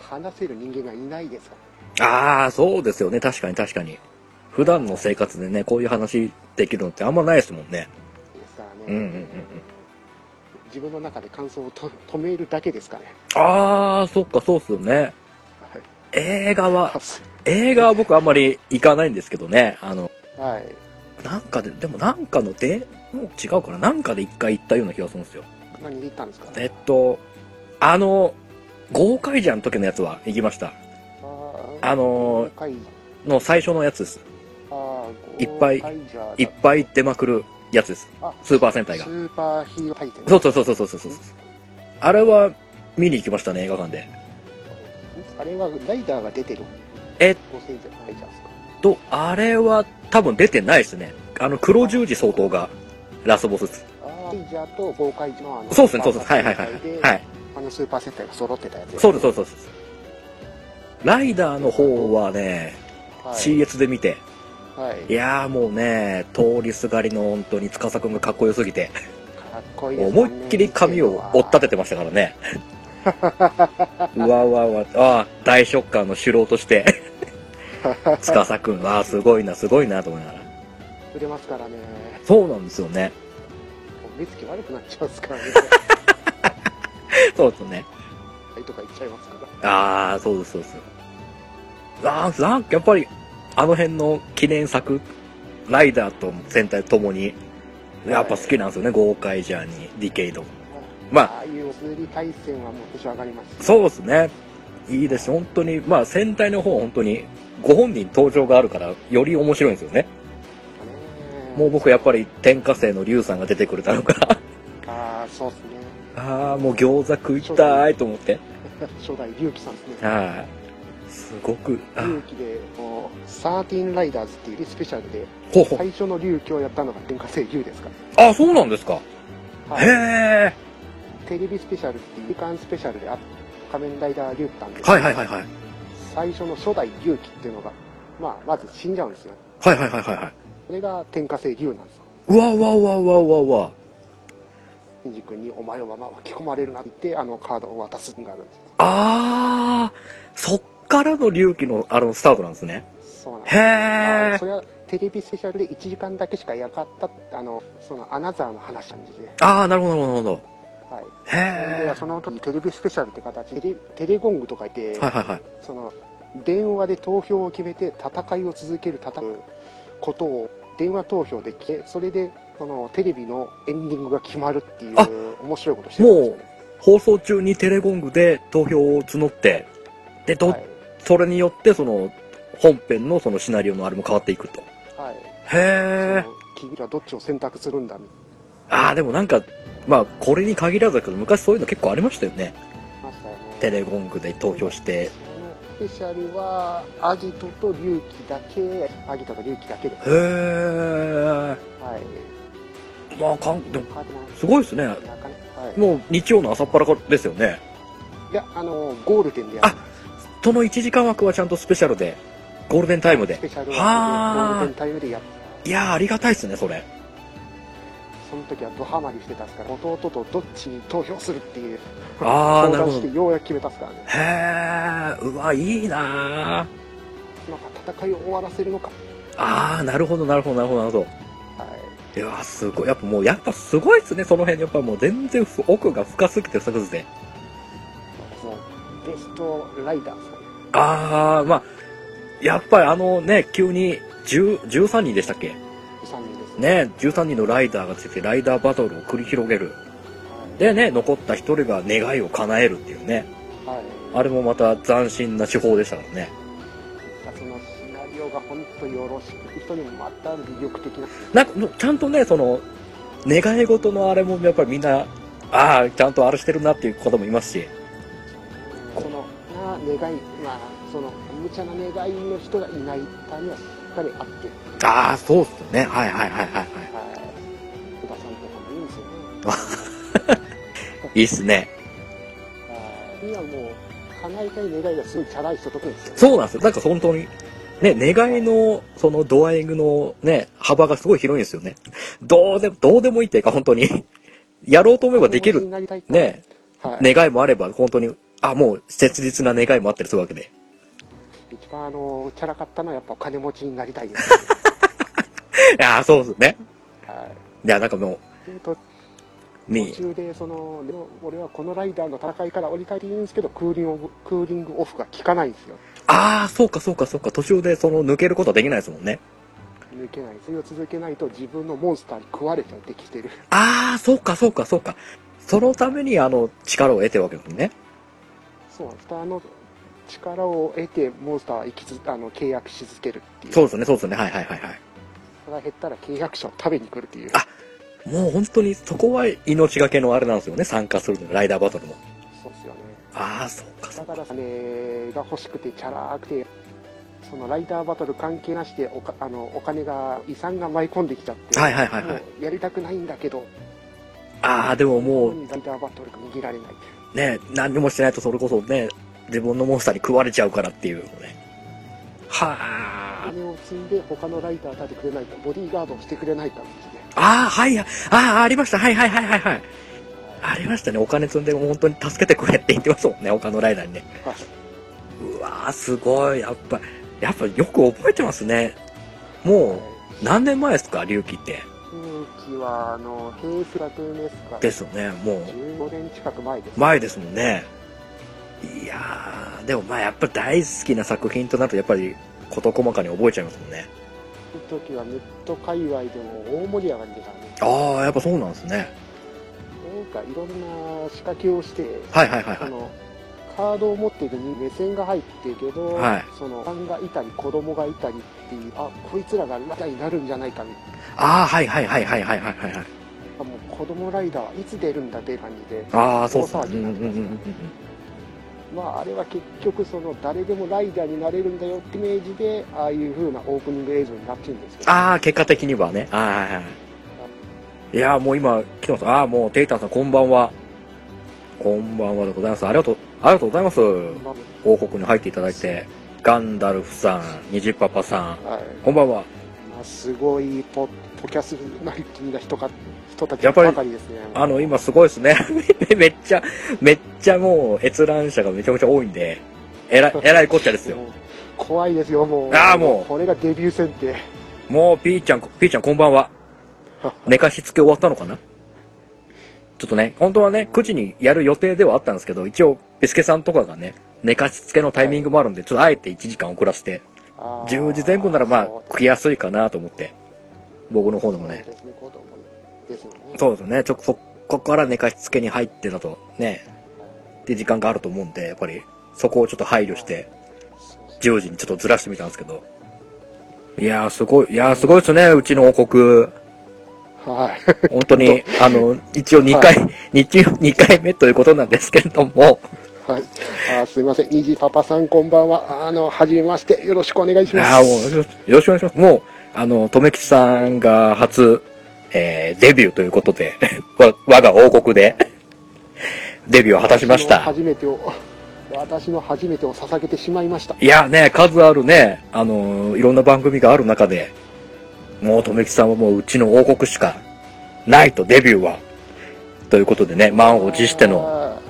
E: 話せる人間がいないですか
H: ああ、そうですよね。確かに確かに。普段の生活でね、こういう話できるのってあんまないですもん
E: ら
H: ね。
E: ですからね。
H: うんうんうんうん。
E: 自分の中で感想をと止めるだけですからね。
H: ああ、そっか、そうっすよね。
E: はい。
H: 映画は、
E: 発
H: 映画は僕あんまり行かないんですけどね。あの、
E: はい。
H: なんかで、でもなんかので、もう違うから、なんかで一回行ったような気がするんですよ。
E: 何言ったんですか
H: えっと、あの、豪快じゃん時のやつは行きました。あ
E: あ
H: の
E: ー、い
H: の最初のやつです。
E: あー
H: いっぱい
E: 豪快じゃ
H: いっぱい出まくるやつです
E: あ。
H: スーパー戦隊が
E: ス。ーパーヒーロー対戦。
H: そうそうそうそうそうそうそう。あれは見に行きましたね、映画館で。
E: あれはライダーが出てる。
H: え
E: 構成じゃないじゃないですか。
H: と、あれは多分出てないですね。あの、黒十字相当がラスボスです。
E: あージャーと豪快のあの
H: そうですね、そうです。はいはいはい
E: スーパー戦。隊で
H: はい。
E: あのスーパー戦隊が揃ってたやつ。
H: そうです、そうですそうです。ライダーの方はね、
E: はい
H: CS で見て、
E: はい
H: いやーもうね、通りすがりの本当に司くんがかっこよすぎて、
E: かっこいいですね
H: 思いっきり髪を折っ立ててましたからね。うわうわうわ、ああ、大ショッカーの首脳として、司くん、わあ、すごいな、すごいな、と思いながら。
E: 売れますからね。
H: そうなんですよね。
E: 目つき悪くなっちゃいますからね。
H: そうですね。
E: はいとか言っちゃいます から。
H: ああ、そうです、そうです。ああ、なんかやっぱり、あの辺の記念作、ライダーと戦隊ともに、やっぱ好きなんですよね、豪快ジャーニー、ディケイド。まあ
E: ああいうお釣り対戦はもうテンション上がります。
H: そうですね。いいです。本当に、まあ戦隊の方は本当に、ご本人登場があるから、より面白いんですよね。
E: ね
H: もう僕やっぱり、天下生の竜さんが出てくれたの か、
E: ああ、そうですね。
H: ああ、もう餃子食いたいと思って。
E: 初代龍騎さんですね。
H: はい。すごく、あ
E: 龍騎で、もう、サーティンライダーズっていうスペシャルで、
H: ほうほう
E: 最初の龍騎をやったのが天下星龍ですから。
H: あ、そうなんですか。
E: はい
H: へえ。
E: テレビスペシャルっていう、時間スペシャルであ仮面ライダー龍騎さんで、
H: はいはいはいはい。
E: 最初の初代龍騎っていうのが、まあ、まず死んじゃうんですよ。
H: はいはいはいはいはい。
E: それが天下星龍なんですよ。
H: うわうわうわうわうわうわ。
E: 新君にお前はまあ巻き込まれるなって言って、あのカードを渡すのがあるんで
H: あー、そっからの隆起のあのスタートなんですね。
E: す。そうなんです
H: へ。
E: あ
H: え
E: ー。それはテレビスペシャルで1時間だけしかやかった、あの、そのアナザーの話なんですね。
H: あー、なるほどなるほどなるほ
E: はい。
H: ど。へ
E: で
H: え。
E: その時テレビスペシャルって形でテレテレゴングとか言って、
H: はいはいはい。
E: その電話で投票を決めて戦いを続ける戦うことを電話投票で決めそれでそのテレビのエンディングが決まるっていう
H: あ
E: 面白いことしてるんですよね
H: 放送中にテレゴングで投票を募って、で、ど、
E: はい
H: それによってその、本編のそのシナリオのあれも変わっていくと。
E: はい
H: へえ
E: そ。の君らどっちを選択するんだみ
H: あー、でもなんか、まあ、これに限らずだけど、昔そういうの結構ありましたよね。
E: たいなましたよね
H: テレゴングで投票して。
E: そのスペシャルはアギトと龍騎だけアギトと龍騎だけです
H: へえ。
E: はい
H: まあ、かん、でも、
E: カードも
H: すごいですね。
E: なかなかはい
H: もう日曜の朝っぱらからですよね。
E: いやあのゴールデンでやる
H: その1時間枠はちゃんとスペシャルで、ゴールデンタイムで
E: ス。ペシャル
H: はあ
E: はゴールデンタイムでやる
H: いやー、ありがたいっすね、それ。
E: そその時はドハマりしてたっすから弟とどっちに投票するっていう
H: ああ、
E: 相
H: な
E: 談
H: るほ
E: し
H: ど。
E: て
H: へ
E: ようやく決めたっすからね
H: え、うわ、いいなー
E: なんか戦いを終わらせるのか
H: ああ、なるほど、なるほど、なるほど、なるほ
E: はい
H: ど。いやー、すごい。やっぱもう、やっぱすごいっすね、その辺。やっぱもう全然ふ奥が深すぎてさ、くずで。
E: そのベストライダーですかね
H: ああ、まあ、やっぱりあのね、急に10 13人でしたっけ
E: 3人です
H: ね、13人のライダーが出てきて、ライダーバトルを繰り広げる。でね、残った一人が願いを叶えるっていうね。
E: はい、はい
H: あれもまた斬新な手法でしたからね。
E: そのシナリオが本当よろしく人にもまた魅力的な
H: なんか、ちゃんとね、その、願い事のあれもやっぱりみんな、ああ、ちゃんとあれしてるなっていう方もいますし。
E: そのな願いまあその無茶な願いの人がいないためにはしっかりあって
H: ああ、そうっすよね。はいはいはいはい。は
E: はい、福田さんとかもいいんですよね。
H: いいいっすね。
E: はい今もう、叶えたい願いがすごいチャラい人とかですよ、ね。
H: そうなんですよ。なんか本当に。ね、願いの、そのドアイングのね、幅がすごい広いんですよね。どうでも、どうでもいいっていうか、本当に。 やろうと思えばでき
E: 友達に
H: る。
E: なりたいって。
H: ね、
E: はい。
H: 願いもあれば、本当に、あ、もう、切実な願いもあったりするわけで。
E: 一番あの、チャラかったのはやっぱ金持ちになりたい です。
H: いやー、そうですね。
E: はい
H: や、なんかも
E: い。で途
H: う、ね
E: 途、中で、その、でも俺はこのライダーの戦いから降りたいって言うんですけど、クーリング、クーリングオフが効かないんですよ。
H: ああ、そうかそうかそうか、途中でその抜けることはできないですもんね。
E: 抜けない。それを続けないと自分のモンスターに食われちゃってきてる。
H: ああ、そうかそうかそうか。そのためにあの、力を得てるわけですね。
E: そうなんです。あの、力を得てモンスターは生きつ、あの、契約し続けるっていう。
H: そうですね、そうですね、はいはいはいはい。
E: それが減ったら契約者を食べに来るっていう。
H: あもう本当にそこは命がけのあれなんですよね、参加するのがライダーバトルも。
E: そうですよね。
H: ああ、そうかそ
E: だ
H: う
E: か
H: か。
E: ら金が欲しくてチャラくて、そのライダーバトル関係なしでおかあのお金が、遺産が舞い込んできちゃって、
H: はいはいはいはい
E: もうやりたくないんだけど、
H: ああ、でももう
E: ライダーバトルが握られない。
H: ね、何にもしてないとそれこそね、自分のモンスターに食われちゃうからっていうね。はあ。
E: 金を積んで他のライダー立ててくれないか、ボディーガードをしてくれないかですね。
H: ああ、はい、ああ、ありました。はいはいはいはいはい。ありましたね。お金積んで、本当に助けてくれって言ってますもんね。他のライダーにね。
E: はいう
H: わー、すごい。やっぱ、やっぱよく覚えてますね。もう、何年前ですか、隆起って。
E: 勇気は、あの、平成学年ですか
H: ですよね。もう、
E: 15年近く前です。
H: 前ですもんね。いやー、でもまあやっぱ大好きな作品となると、やっぱり事細かに覚えちゃいますもんね。
E: その時はネット界隈でも大盛り上がりでしたね。
H: ああ、やっぱそうなんですね。
E: なんかいろんな仕掛けをして、
H: はいはいはい
E: そ
H: はい。
E: のカードを持ってるに目線が入ってるけど、
H: はい
E: そのファンがいたり子供がいたりっていうあこいつらがライダーになるんじゃないかみたい
H: ああ、はいはいはいはいはいはいはい。
E: なもう子供ライダーはいつ出るんだっていう感じで
H: ああ、そうそう。
E: 大騒
H: うん
E: ぎ
H: う
E: に
H: んう
E: なんっ
H: う
E: て
H: んう
E: ますね
H: ん。
E: まああれは結局その誰でもライダーになれるんだよってイメージでああいう風なオープニング映像になってるんですけど
H: ああ、結果的にはね。はいはいはい。いやーもう今来てます。ああ、もうテイタンさんこんばんは。こんばんはでございます。ありがとう、ありがとうございます。
E: ま
H: 報告に入っていただいて。ガンダルフさん、ニジパパさん、
E: あはい
H: こんばんは。
E: まあ、すごいポポキャスなりきりな人か人たち
H: やっぱり
E: ばかりですね
H: あの、今すごいですね。 めっちゃ、めっちゃもう閲覧者がめちゃくちゃ多いんで、えらい、えらいこっちゃですよ。
E: もう怖いですよもう
H: ああもう
E: これがデビュー戦って
H: もう、ピーちゃん、ピーちゃんこんばんは。寝かしつけ終わったのかなちょっとね、本当はね、9時にやる予定ではあったんですけど、一応、ビスケさんとかがね、寝かしつけのタイミングもあるんで、ちょっとあえて1時間遅らせて、
E: あー
H: 10時前後ならまあ
E: そう、
H: 食いやすいかなと思って、僕の方で
E: そ
H: も
E: う
H: ね。
E: ですね、子供ですもんね。
H: そうですよね、ちょ、そこから寝かしつけに入ってだと、ね、って時間があると思うんで、やっぱり、そこをちょっと配慮して、10時にちょっとずらしてみたんですけど。いやー、すごい、いやー、すごいですね、うちの王国。
E: はい。
H: 本当に、あの、一応2回、日曜2回目ということなんですけれども、
E: はい。あーすいません。ニジパパさん、こんばんは。あの、はじめまして。よろしくお願いします。
H: ああ、もう、よろしくお願いします。もう、あの、とめきちさんが初、えー、デビューということで、 わ我が王国で、デビューを果たしまし
E: 私
H: た
E: の。初めてを、私の初めてを捧げてしまいました。
H: いやね、数あるね、あの、いろんな番組がある中で、もうとめきちさんはもううちの王国しか、ナイトデビューは。ということでね、満を持しての、
E: あー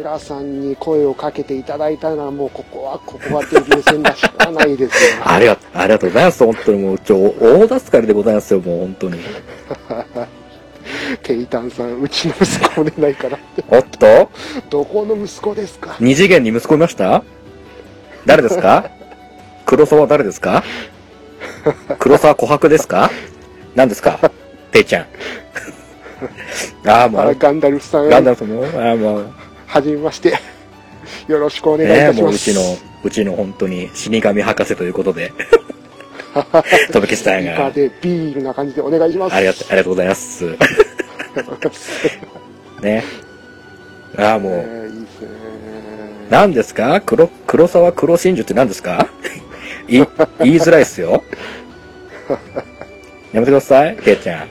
E: 浦さんに声をかけていただいたのはもうここはここはデビュー戦だしかないですよ
H: ありがとう、ありがとうございます。本当にもう、ちょ、大助かりでございますよ、もう本当に。
E: テイタンさんうちの息子でないからって
H: おっと
E: どこの息子ですか
H: 二次元に息子いました誰ですか黒沢誰ですか黒沢琥珀ですか何ですかていちゃん。ああ、もうあ
E: あ
H: れ、
E: ガンダルフさん
H: ガンダルフも、ああ、もう、
E: はじめましてよろしくお願いい
H: ねえ、
E: たし
H: も
E: ま
H: うう
E: す、
H: ちの、うちの本当に死神博士というこ とで、飛び消したん
E: イカ
H: が、
E: でビールな感じでお願いします
H: ありがとう、ありがとうござ います。ね。ああ、もう、
E: えーいいですね
H: 何ですか黒、黒沢黒真珠って何ですか言い、言いづらいっすよ。やめてください、けい ちゃん。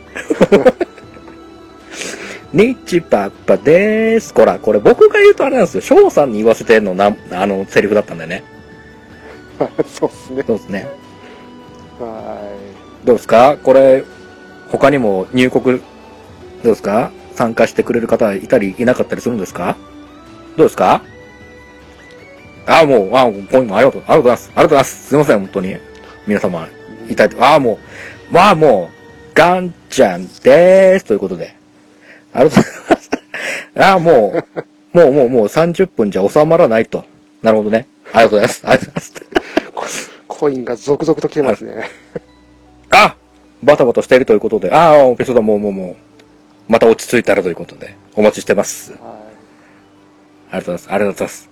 H: ニッチパッパでーす。こら、これ僕が言うとあれなんですよ。翔さんに言わせてのな、あの、セリフだったんだよね。
E: そうですね
H: そうですね。
E: は
H: どうですかこれ、他にも入国、どうですか参加してくれる方いたりいなかったりするんですかどうですかああ、もう、ああ、もうポイントありがとう、ありがとうございます。ありがとうございます。すいません、本当に。皆様、いただいて、ああ、もう、まあもう、ガンちゃんでーす。ということで。ありがとうございます。ああ、もう、もう、もう、もう30分じゃ収まらないと。なるほどね。ありがとうございます。ありがとうございます。
E: いココインが続々と来てますね
H: あバタバタしているということで、ああ、ペソだ、もうもうもう、また落ち着いたらということで、お待ちしてます。
E: は
H: ありがとうございます。ありがとうございます。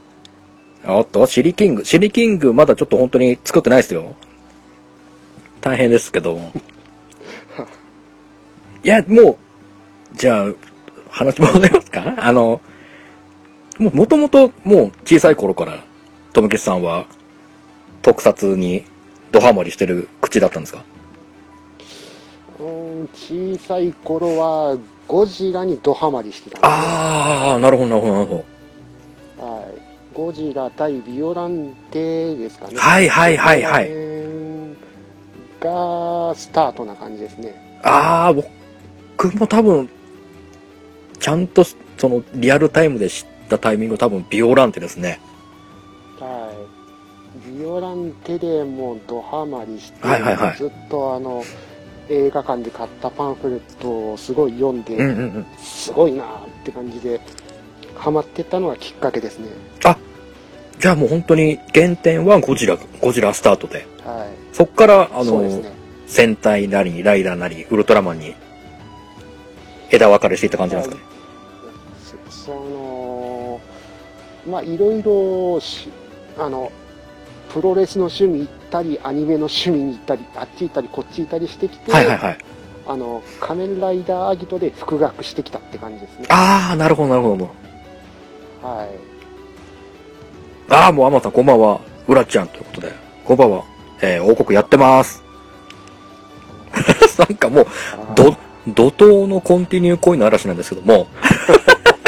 H: おっと、シリキング。シリキング、まだちょっと本当に作ってないですよ。大変ですけども。いや、もう、じゃあ、話戻りますかあの、もう、もともと、もう、小さい頃から、とむけしさんは、特撮に、ドハマりしてる口だったんですか
E: いうん小さい頃はゴジラにドハマりしてたんですよ
H: ああ、なるほど、なるほど、なるほど。
E: はい、ゴジラ対ビオランテですかね。
H: はいはいはいはい
E: この辺がスタートな感じですね。
H: ああ、僕も多分、ちゃんと、その、リアルタイムで知ったタイミング多分、ビオランテですね。
E: はい。ビオランテでもうドハマりして、
H: はいはいはい
E: ずっとあの映画館で買ったパンフレットをすごい読んで、
H: うんうんうん。
E: すごいなーって感じでハマってったのがきっかけですね。
H: じゃあもう本当に、原点はゴジラ、ゴジラスタートで。
E: はい。
H: そっから、あ
E: そ
H: の、
E: うですね。
H: 戦隊なり、ライダーなり、ウルトラマンに、枝分かれしていった感じなんですかね。
E: そそのまあいろいろしあのプロレスの趣味行ったりアニメの趣味に行ったりあっち行ったりこっち行ったりしてきて、
H: はいはいはい。
E: あの仮面ライダーアギトで復学してきたって感じですね
H: ああ、なるほど、なるほど。
E: はい
H: ああ、もうアマさん、こんばんは。うらちゃんということで。こんばんは。えー、王国やってます。 なんかもう、
E: あー
H: ど、怒涛のコンティニュー恋の嵐なんですけども。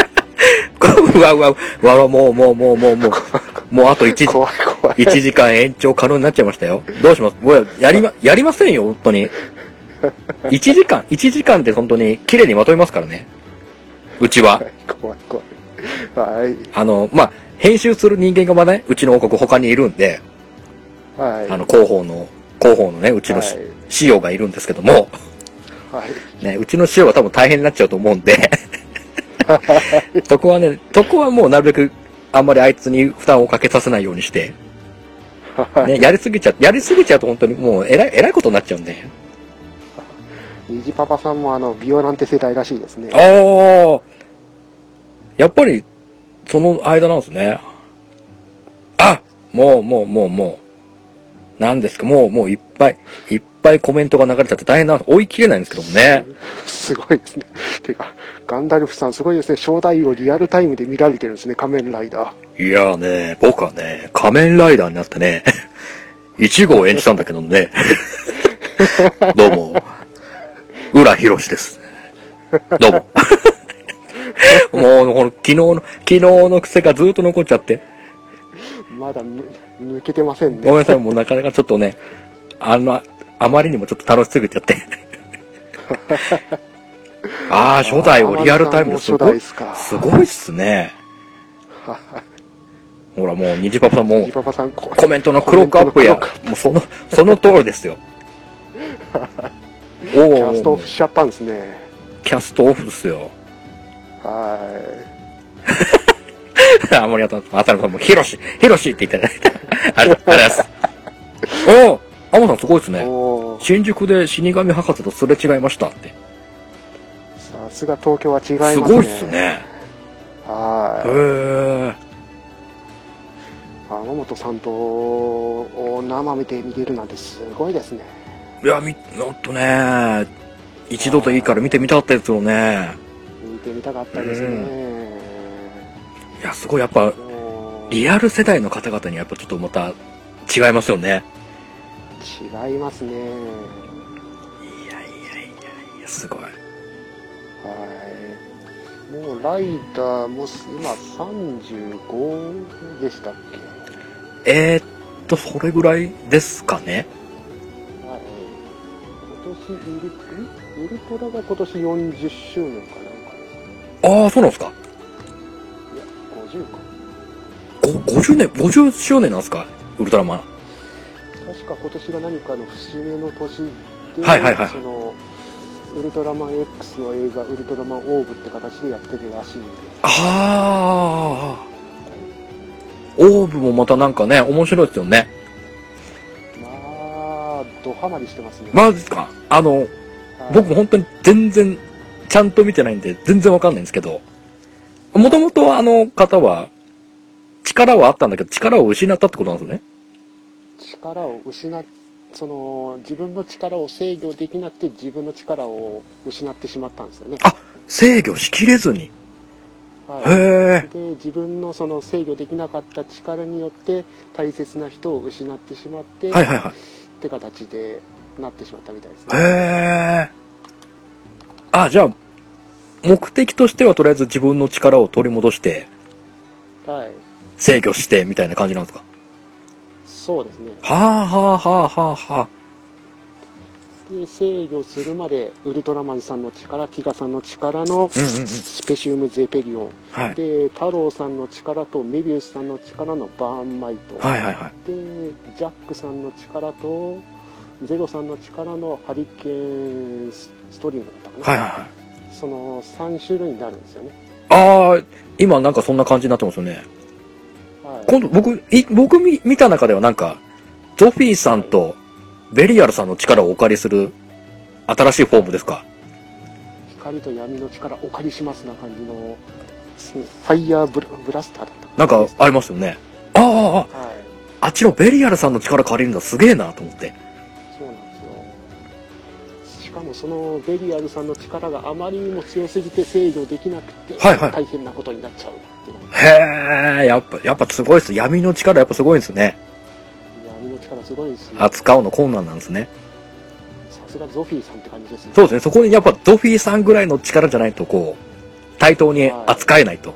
H: うわうわ、うわうわ、もうもうもうもうもう、もうあと1、
E: 怖い怖い
H: 一時間延長可能になっちゃいましたよ。どうしますもうやりま、やりませんよ、本当に。1時間、1時間で本当に綺麗にまとめますからね。うちは。
E: 怖い怖いはい
H: あの、まあ、編集する人間がまあね、うちの王国他にいるんで、
E: はい
H: あの、広報の、広報のね、うちの
E: はい
H: し、仕様がいるんですけども、
E: はい
H: ね、うちの師匠は多分大変になっちゃうと思う んで、そこはね、そこはもうなるべく、あんまりあいつに負担をかけさせないようにして、ね、やりすぎちゃ、やりすぎちゃうと本当にもう、えらい、えらいことになっちゃうんで。
E: 虹パパさんもあのビオランテ世代らしいですね
H: ああやっぱり、その間なんですね。あもう、もう、もう、もう。なんですか、もう、もういっぱい、いっぱいコメントが流れちゃって大変なんです。追い切れないんですけどもね。
E: すごいですねてかガンダルフさんすごいですね正代をリアルタイムで見られてるんですね仮面ライダー
H: いやーね、僕はね、仮面ライダーになってね、1号を演じたんだけどね、 どうも、浦博士です。どうも。もう、この昨日の、昨日の癖がずっと残っちゃって、
E: まだぬ抜けてません
H: ごめん
E: ね。
H: なさい、もうなかなかちょっと ね、あの、あまりにもちょっと楽しすぎちゃって。ああ、初代をリアルタイムで
E: 初
H: すご
E: 代で
H: い、
E: すか。
H: すごいっす ね。ほら、もう、ニジパパさんも
E: ジ、パパさん、こ
H: コメントのクロックアップや
E: コメントのクロックアッ、
H: もうその、その通りで すよ。お
E: プキャストオ
H: お
E: フ、しちゃったんですね。
H: キャストオフですよ。
E: は
H: あ、森渡さん、浅野さんも、ヒロシ、ヒロシって言っていただいた。あり がとうございます。おお、アモさんすごいです
E: い。
H: ね。
E: おー
H: 新宿で死神博士とすれ違いましたって。
E: さすが東京は違いますすね。
H: ごいっす。ね。へ
E: はい。
H: え。
E: 天本さんとを生で見れるなんてすごいですね。
H: いや、み、ほんとね、一度といいから見てみたったやつをね、
E: 見てみたかったですね。
H: いや、すごいやっぱ、
E: もう
H: リアル世代の方々にやっぱちょっとまた違いますよね。
E: 違いますね。
H: いやいやいやいや、すごい。
E: はい。もうライダーも今35でしたっけ
H: えー、っと、それぐらいですかね。
E: はい。今年ウルウルトラが今年40周年かなんかですね。
H: ああ、そうなんですか。
E: いや、50か。
H: ご50年、50周年なんですかウルトラマン。
E: 確か今年が何かの節目の年で、
H: はいはいはい
E: そのウルトラマン X の映画「ウルトラマンオーブ」って形でやってるらしいんで
H: ああ。オーブもまたなんかね、面白いですよね。
E: まあドハマりしてますね、
H: マジっすかあの、
E: はい
H: 僕も本当に全然、ちゃんと見てないんで、全然わかんないんですけど、もともとあの方は、力はあったんだけど、力を失ったってことなんですね。
E: 力を失っその自分の力を制御できなくて自分の力を失ってしまったんですよね、
H: 制御しきれずに。
E: は
H: へえ。
E: い、で自分のその制御できなかった力によって大切な人を失ってしまって、
H: はいはいは
E: って形でなってしまったみたいです
H: い。
E: ね
H: へえ。あ、じゃあ、目的としてはとりあえず自分の力を取り戻して、
E: はい
H: 制御して、みたいな感じなんですか
E: そうですね
H: はあはあはあはあはあ。
E: で制御するまでウルトラマンさんの力ティガさんの力の
H: うんうんうん。
E: スペシウム・ゼペリオン
H: はい。
E: で太郎さんの力とメビウスさんの力のバーンマイト、
H: はいはいはい。
E: でジャックさんの力とゼロさんの力のハリケーンストリームだったか
H: はい
E: な、
H: はいはい。
E: その3種類になるんですよね、
H: ああ、今なんかそんな感じになってますよね。
E: はい、
H: 今度僕、い僕見見た中ではなんか、ゾフィーさんとベリアルさんの力をお借りする新しいフォームですか。
E: 光と闇の力お借りしますな感じのファイヤーブラブラスターだった
H: なんかありますよね。ああ、あ
E: はい
H: ああっちのベリアルさんの力借りるんだすげえなと思って。
E: そうなんですよしかもそのベリアルさんの力があまりにも強すぎて制御できなくて
H: はいはい
E: 大変なことになっちゃうっていうのが
H: へえ、やっぱ、やっぱすごいっす。闇の力やっぱすごいんですね。
E: 闇の力すごいですね
H: 扱うの困難なんですね。
E: さすがゾフィーさんって感じですね
H: そうですね。そこにやっぱゾフィーさんぐらいの力じゃないとこう、対等に扱えないと。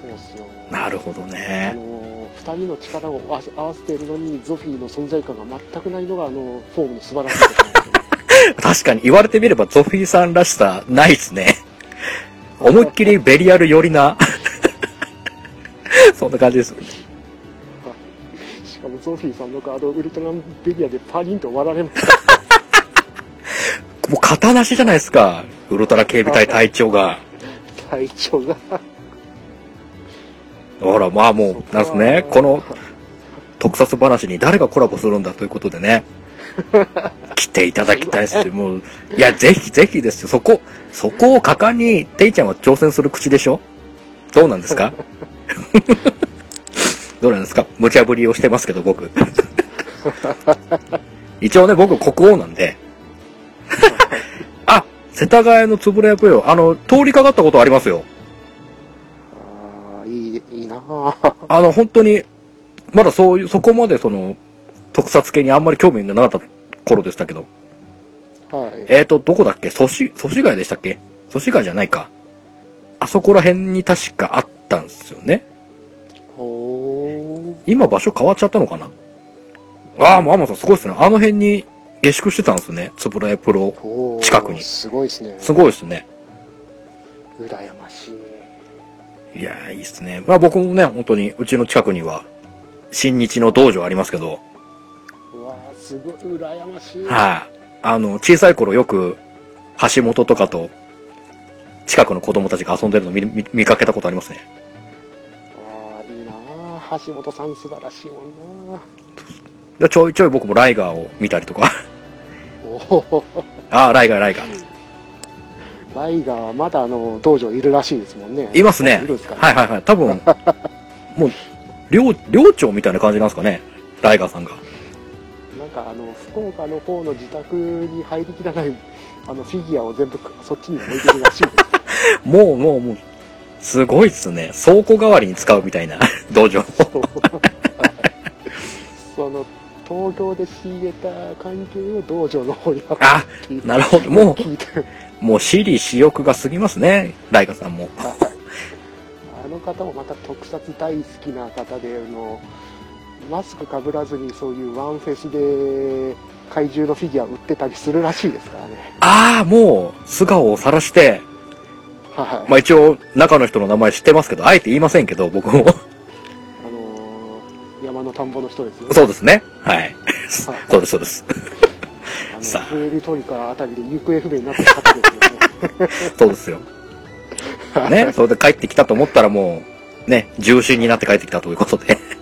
E: そうですよ
H: なるほど
E: あ
H: ね。
E: の2人の力を合わせ合わせているのにゾフィーの存在感が全くないのがあのフォームの素晴らしいとこ ろですね
H: 確かに言われてみればゾフィーさんらしさないっすね。思いっきりベリアル寄りな。 そんな感じです。
E: しかもゾフィーさんのあのウルトラマンベリアでパリンと割られまし
H: もう肩なしじゃないですか。ウルトラ警備隊隊長が。
E: た隊長が
H: ほら、まあもう、なんすね。この特撮話に誰がコラボするんだということでね。来ていただきたいですよもう、いや、ぜひぜひですよ。そこ、そこを果敢に、ていちゃんは挑戦する口でしょどうなんですかどうなんですか無茶ぶりをしてますけど、僕。一応ね、僕国王なんで。あ、世田谷のつぶらやぷよ。あの、通りかかったことありますよ。
E: ああいいいいなあ
H: あの、本当に、まだそういう、そこまでその、特撮系にあんまり興味がなかった頃でしたけど。
E: はい
H: えーと、どこだっけ祖師、祖師街でしたっけ祖師街じゃないか。あそこら辺に確かあったんですよね。
E: ほー
H: 今場所変わっちゃったのかなああ、もうアマさんすごいっすね。あの辺に下宿してたんですね。つぶらやプロ。
E: おー
H: 近くに
E: すごいですね。
H: すごいですね。
E: 羨ましい。
H: いやー、いいっすね。まあ僕もね、本当に、うちの近くには、新日の道場ありますけど、
E: うわーすごい、羨ましい。
H: はい、あの、小さい頃よく、橋本とかと、近くの子供たちが遊んでるの見見見かけたことありますね。
E: あーいいなあ橋本さん素晴らしいもんな
H: でちょいちょい僕もライガーを見たりとか、
E: おお
H: ああ、ライガー、ライガー。
E: ライガーはまだあの道場いるらしいですもんね
H: いますね
E: いるんですか。ね
H: はいはいはい。多分、もう、寮、寮長みたいな感じなんですかね。ライガーさんが。
E: なんかあの福岡の方の自宅に入りきらないあのフィギュアを全部そっちに置いてるらしいです
H: もうもうもう、すごいっすね。倉庫代わりに使うみたいな 道場。
E: その東京で仕入れた関係を道場の方に
H: あ
E: 運んで
H: なるほどもう
E: 聞いて
H: もう私利私欲が過ぎますね。ライガーさんも。
E: あの方もまた特撮大好きな方であのマスクかぶらずにそういうワンフェスで怪獣のフィギュア売ってたりするらしいですからね
H: ああ、もう、素顔を晒して、
E: はい、
H: まあ一応、中の人の名前知ってますけど、あえて言いませんけど、僕も。
E: あの ー山の田んぼの人ですよ
H: そうですね。はい。そうです、そうです。
E: あ
H: さ
E: の
H: あ
E: プエルトリカあたりで行方不明になった方ですよね
H: そうですよ。ね、それで帰ってきたと思ったらもう、ね、重心になって帰ってきたということで。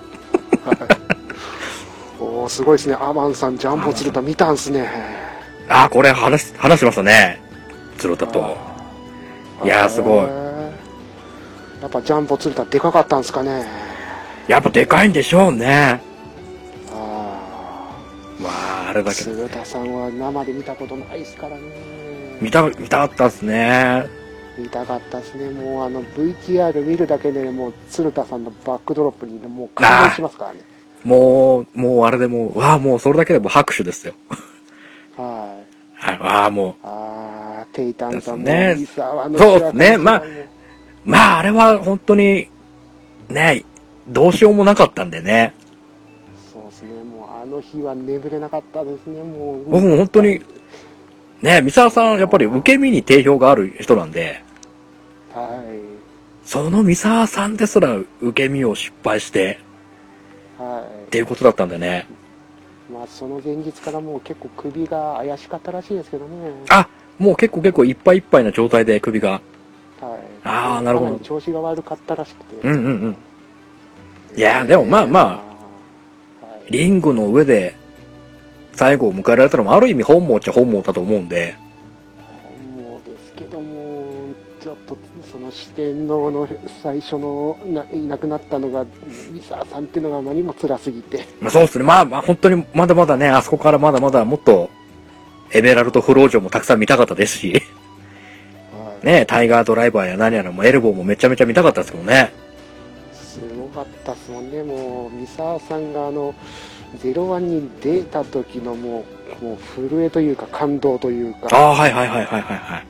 E: おおすごいですねアマンさんジャンボ鶴田見たんすね
H: ああ、これ話し、話しましたね。鶴田と。いやーすご
E: へ
H: い
E: ーやっぱジャンボ鶴田でかかったんすかね
H: やっぱでかいんでしょうね。
E: あ
H: まあ、あれ
E: あ
H: だけど。
E: 鶴田さんは生で見たことないですからね
H: 見た、見たかったですね。
E: 見たかったですねもうあの VTR 見るだけでもう鶴田さんのバックドロップにもう感動しますからね
H: もう、もうあれでもう、わあ、もうそれだけでも拍手ですよ。
E: はい
H: はい、わあ、も
E: ああテイタンさんも
H: ですね
E: いいさあの
H: そうですねまあ
E: 白川さんも
H: う。まあ、あれは本当に、ね、どうしようもなかったんでね。
E: そうですね、もうあの日は眠れなかったですね、もう。
H: 僕も本当に、ね、三沢さん、やっぱり受け身に定評がある人なんで、
E: は
H: その三沢さんですら受け身を失敗して、
E: い。は
H: っていうことだったんでね。
E: い。まあ、その前日からもう結構首が怪しかったらしいですけどね。
H: あ、もう結構結構いっぱいいっぱいな状態で首が。
E: はい。
H: あーなるほど
E: かり調子が悪かったらしくて。
H: うんうんうん。いやーでもまあま
E: あ。はい。
H: リングの上で最後を迎えられたのもある意味本望っちゃ本望だと思うんで、
E: もうですけども、ちょっとその四天王の最初のないなくなったのが、ミサさんっていうのがあまりにも辛すぎて。
H: まあそうですね。まあまあ本当にまだまだね、あそこからまだまだもっとエメラルドフロージョもたくさん見たかったですし、
E: はい。
H: ね、タイガードライバーや何やらもエルボーもめちゃめちゃ見たかったですけどね。
E: すごかったっすもんね、もう、三沢さんがあの、ゼロワンに出た時のもう、もう震えというか、感動というか、
H: あ
E: はい
H: あ、はいはいはいはいはいはい。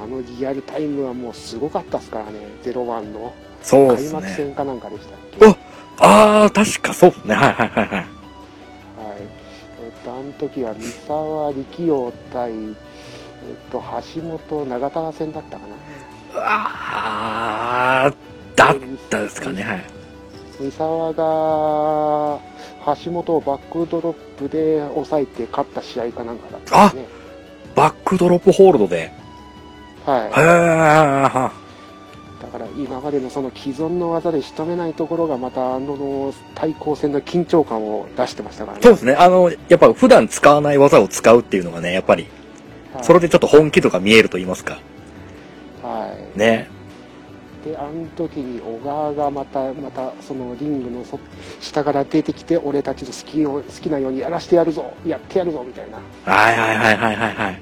E: あのリアルタイムはもうすごかったっすからね、ゼロワンの、
H: そうで
E: 開
H: す
E: 幕
H: ね。
E: 戦かなんかでしたっけ、
H: お
E: はい、
H: ああ、確かそうですね。はいはいはいはい。
E: えっと、あの時は三沢力陽対、えっと、橋本長田戦だったかな、
H: ああ、だったですかね。はい。
E: 三沢が橋本をバックドロップで抑えて勝った試合かなんかだったんですね。
H: バックドロップホールドで。
E: はい
H: へー
E: だから今までのその既存の技で仕留めないところがまたあの対抗戦の緊張感を出してましたからね
H: そうですね。あの、やっぱ普段使わない技を使うっていうのがね、やっぱり、
E: はい
H: それでちょっと本気度が見えると言いますか。
E: はい、
H: ね。
E: であの時に小川がまたまたそのリングのそ下から出てきて俺たちの好きを好きなようにやらしてやるぞやってやるぞみたいな
H: はいはいはいはいはいはい。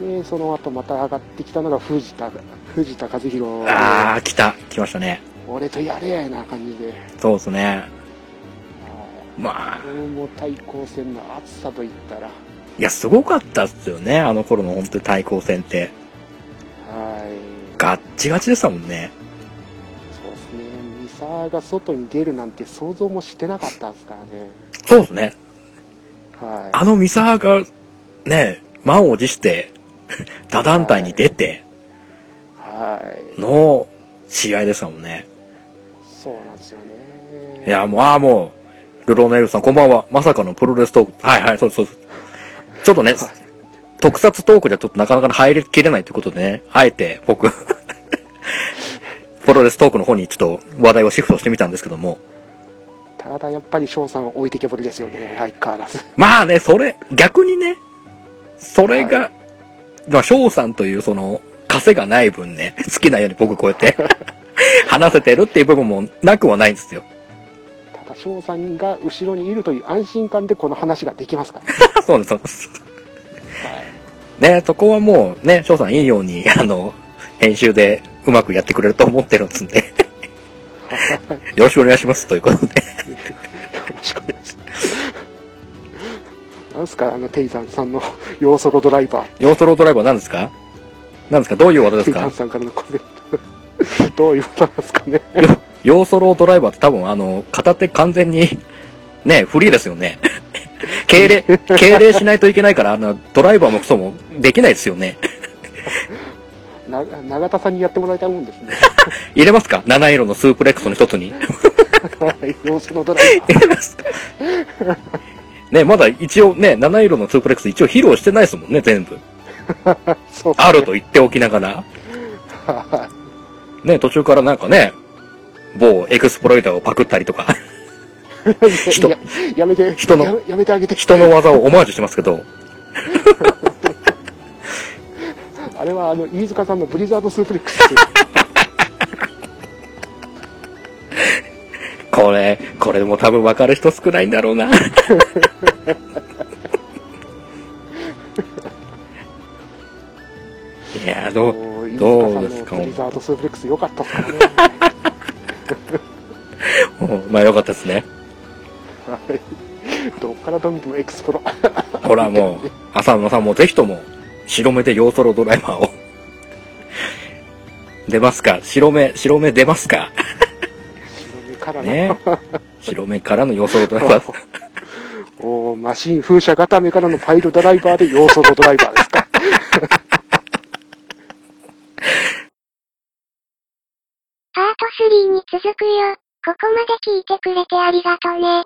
E: でその後また上がってきたのが藤田藤田和弘
H: ああ、来た。来ましたね。
E: 俺とやれやな感じで、はい
H: そうですね。まあ、
E: このもう対抗戦の熱さといったら
H: いや、すごかったっすよね。あの頃の本当に対抗戦って。
E: はい
H: ガッチガチでしたもんね。
E: そうですね、ミサが外に出るなんて想像もしてなかったんですからね。
H: そうですね。
E: はい。
H: あのミサハが、ね、満を持して、 他団体に出て
E: はい。
H: の試合ですもんね。
E: そうなんですよね。
H: いや、もう、ああ、もう、ルローネルさん、こんばんは。まさかのプロレストーク。はいはい、そうですそうです。ちょっとね、特撮トークじゃちょっとなかなか入りきれないということでね、あえて僕、 プロレストークの方にちょっと話題をシフトしてみたんですけども。
E: ただやっぱり翔さんは置いてけぼりですよね、相変わらず。
H: まあね、それ、逆にね、それが、まあ、翔さんというその、稼がない分ね、好きなように僕こうやって、 話せてるっていう部分もなくはないんですよ。
E: ただ翔さんが後ろにいるという安心感でこの話ができますから、
H: そうです、そうです。ね、そこはもうね、翔さんいいように、 あの、編集でうまくやってくれると思ってるんですんで、よろしくお願いします、ということで。
E: よろしくお願いします。なんすか、あの、テイザンさんの要素ロドライバー、
H: ヨートロードライバー何ですか何ですかどういう技で
E: テ
H: す
E: イザ
H: か
E: ンさんからのコメント。どういうことなんですかね。
H: ヨーソロードライバーって多分あの、片手完全に、ね、フリーですよね。敬礼、敬礼しないといけないから、あの、ドライバーもクソもできないですよね。
E: な永田さんにやってもらいたいもんですね。
H: 入れますか七色のスープレックスの一つに。
E: はい要素ロドライバー。
H: 入れますか ね、まだ一応ね、七色のスープレックス一応披露してないですもんね、全部。
E: そうっすね
H: あると。言っておきながら。
E: は
H: ね、途中からなんかね、某エクスプロイターをパクったりとか、人
E: いや、やめて、
H: 人の
E: やめやめてあげて。
H: 人の技をオマージュしてますけど、
E: あれはあの飯塚さんのブリザードスープレックスですよ
H: これ、これも多分分かる人少ないんだろうな。いや、どう、
E: もう飯塚さ
H: どうんですか
E: のブリザードスープレックス良かったっすからねは
H: うんまあよかったですね。
E: いどっからどう見てもエクスプロ
H: ほらもう、浅野さんもぜひとも、白目でヨーソロドライバーを。 出ますか白目、白目出ますか
E: 白目からの、
H: ね白目からのヨーソロドライバー。
E: おーマシン風車固めからのパイルドライバーで要素のドライバーですか
J: パート3に続くよ。ここまで聞いてくれてありがとね。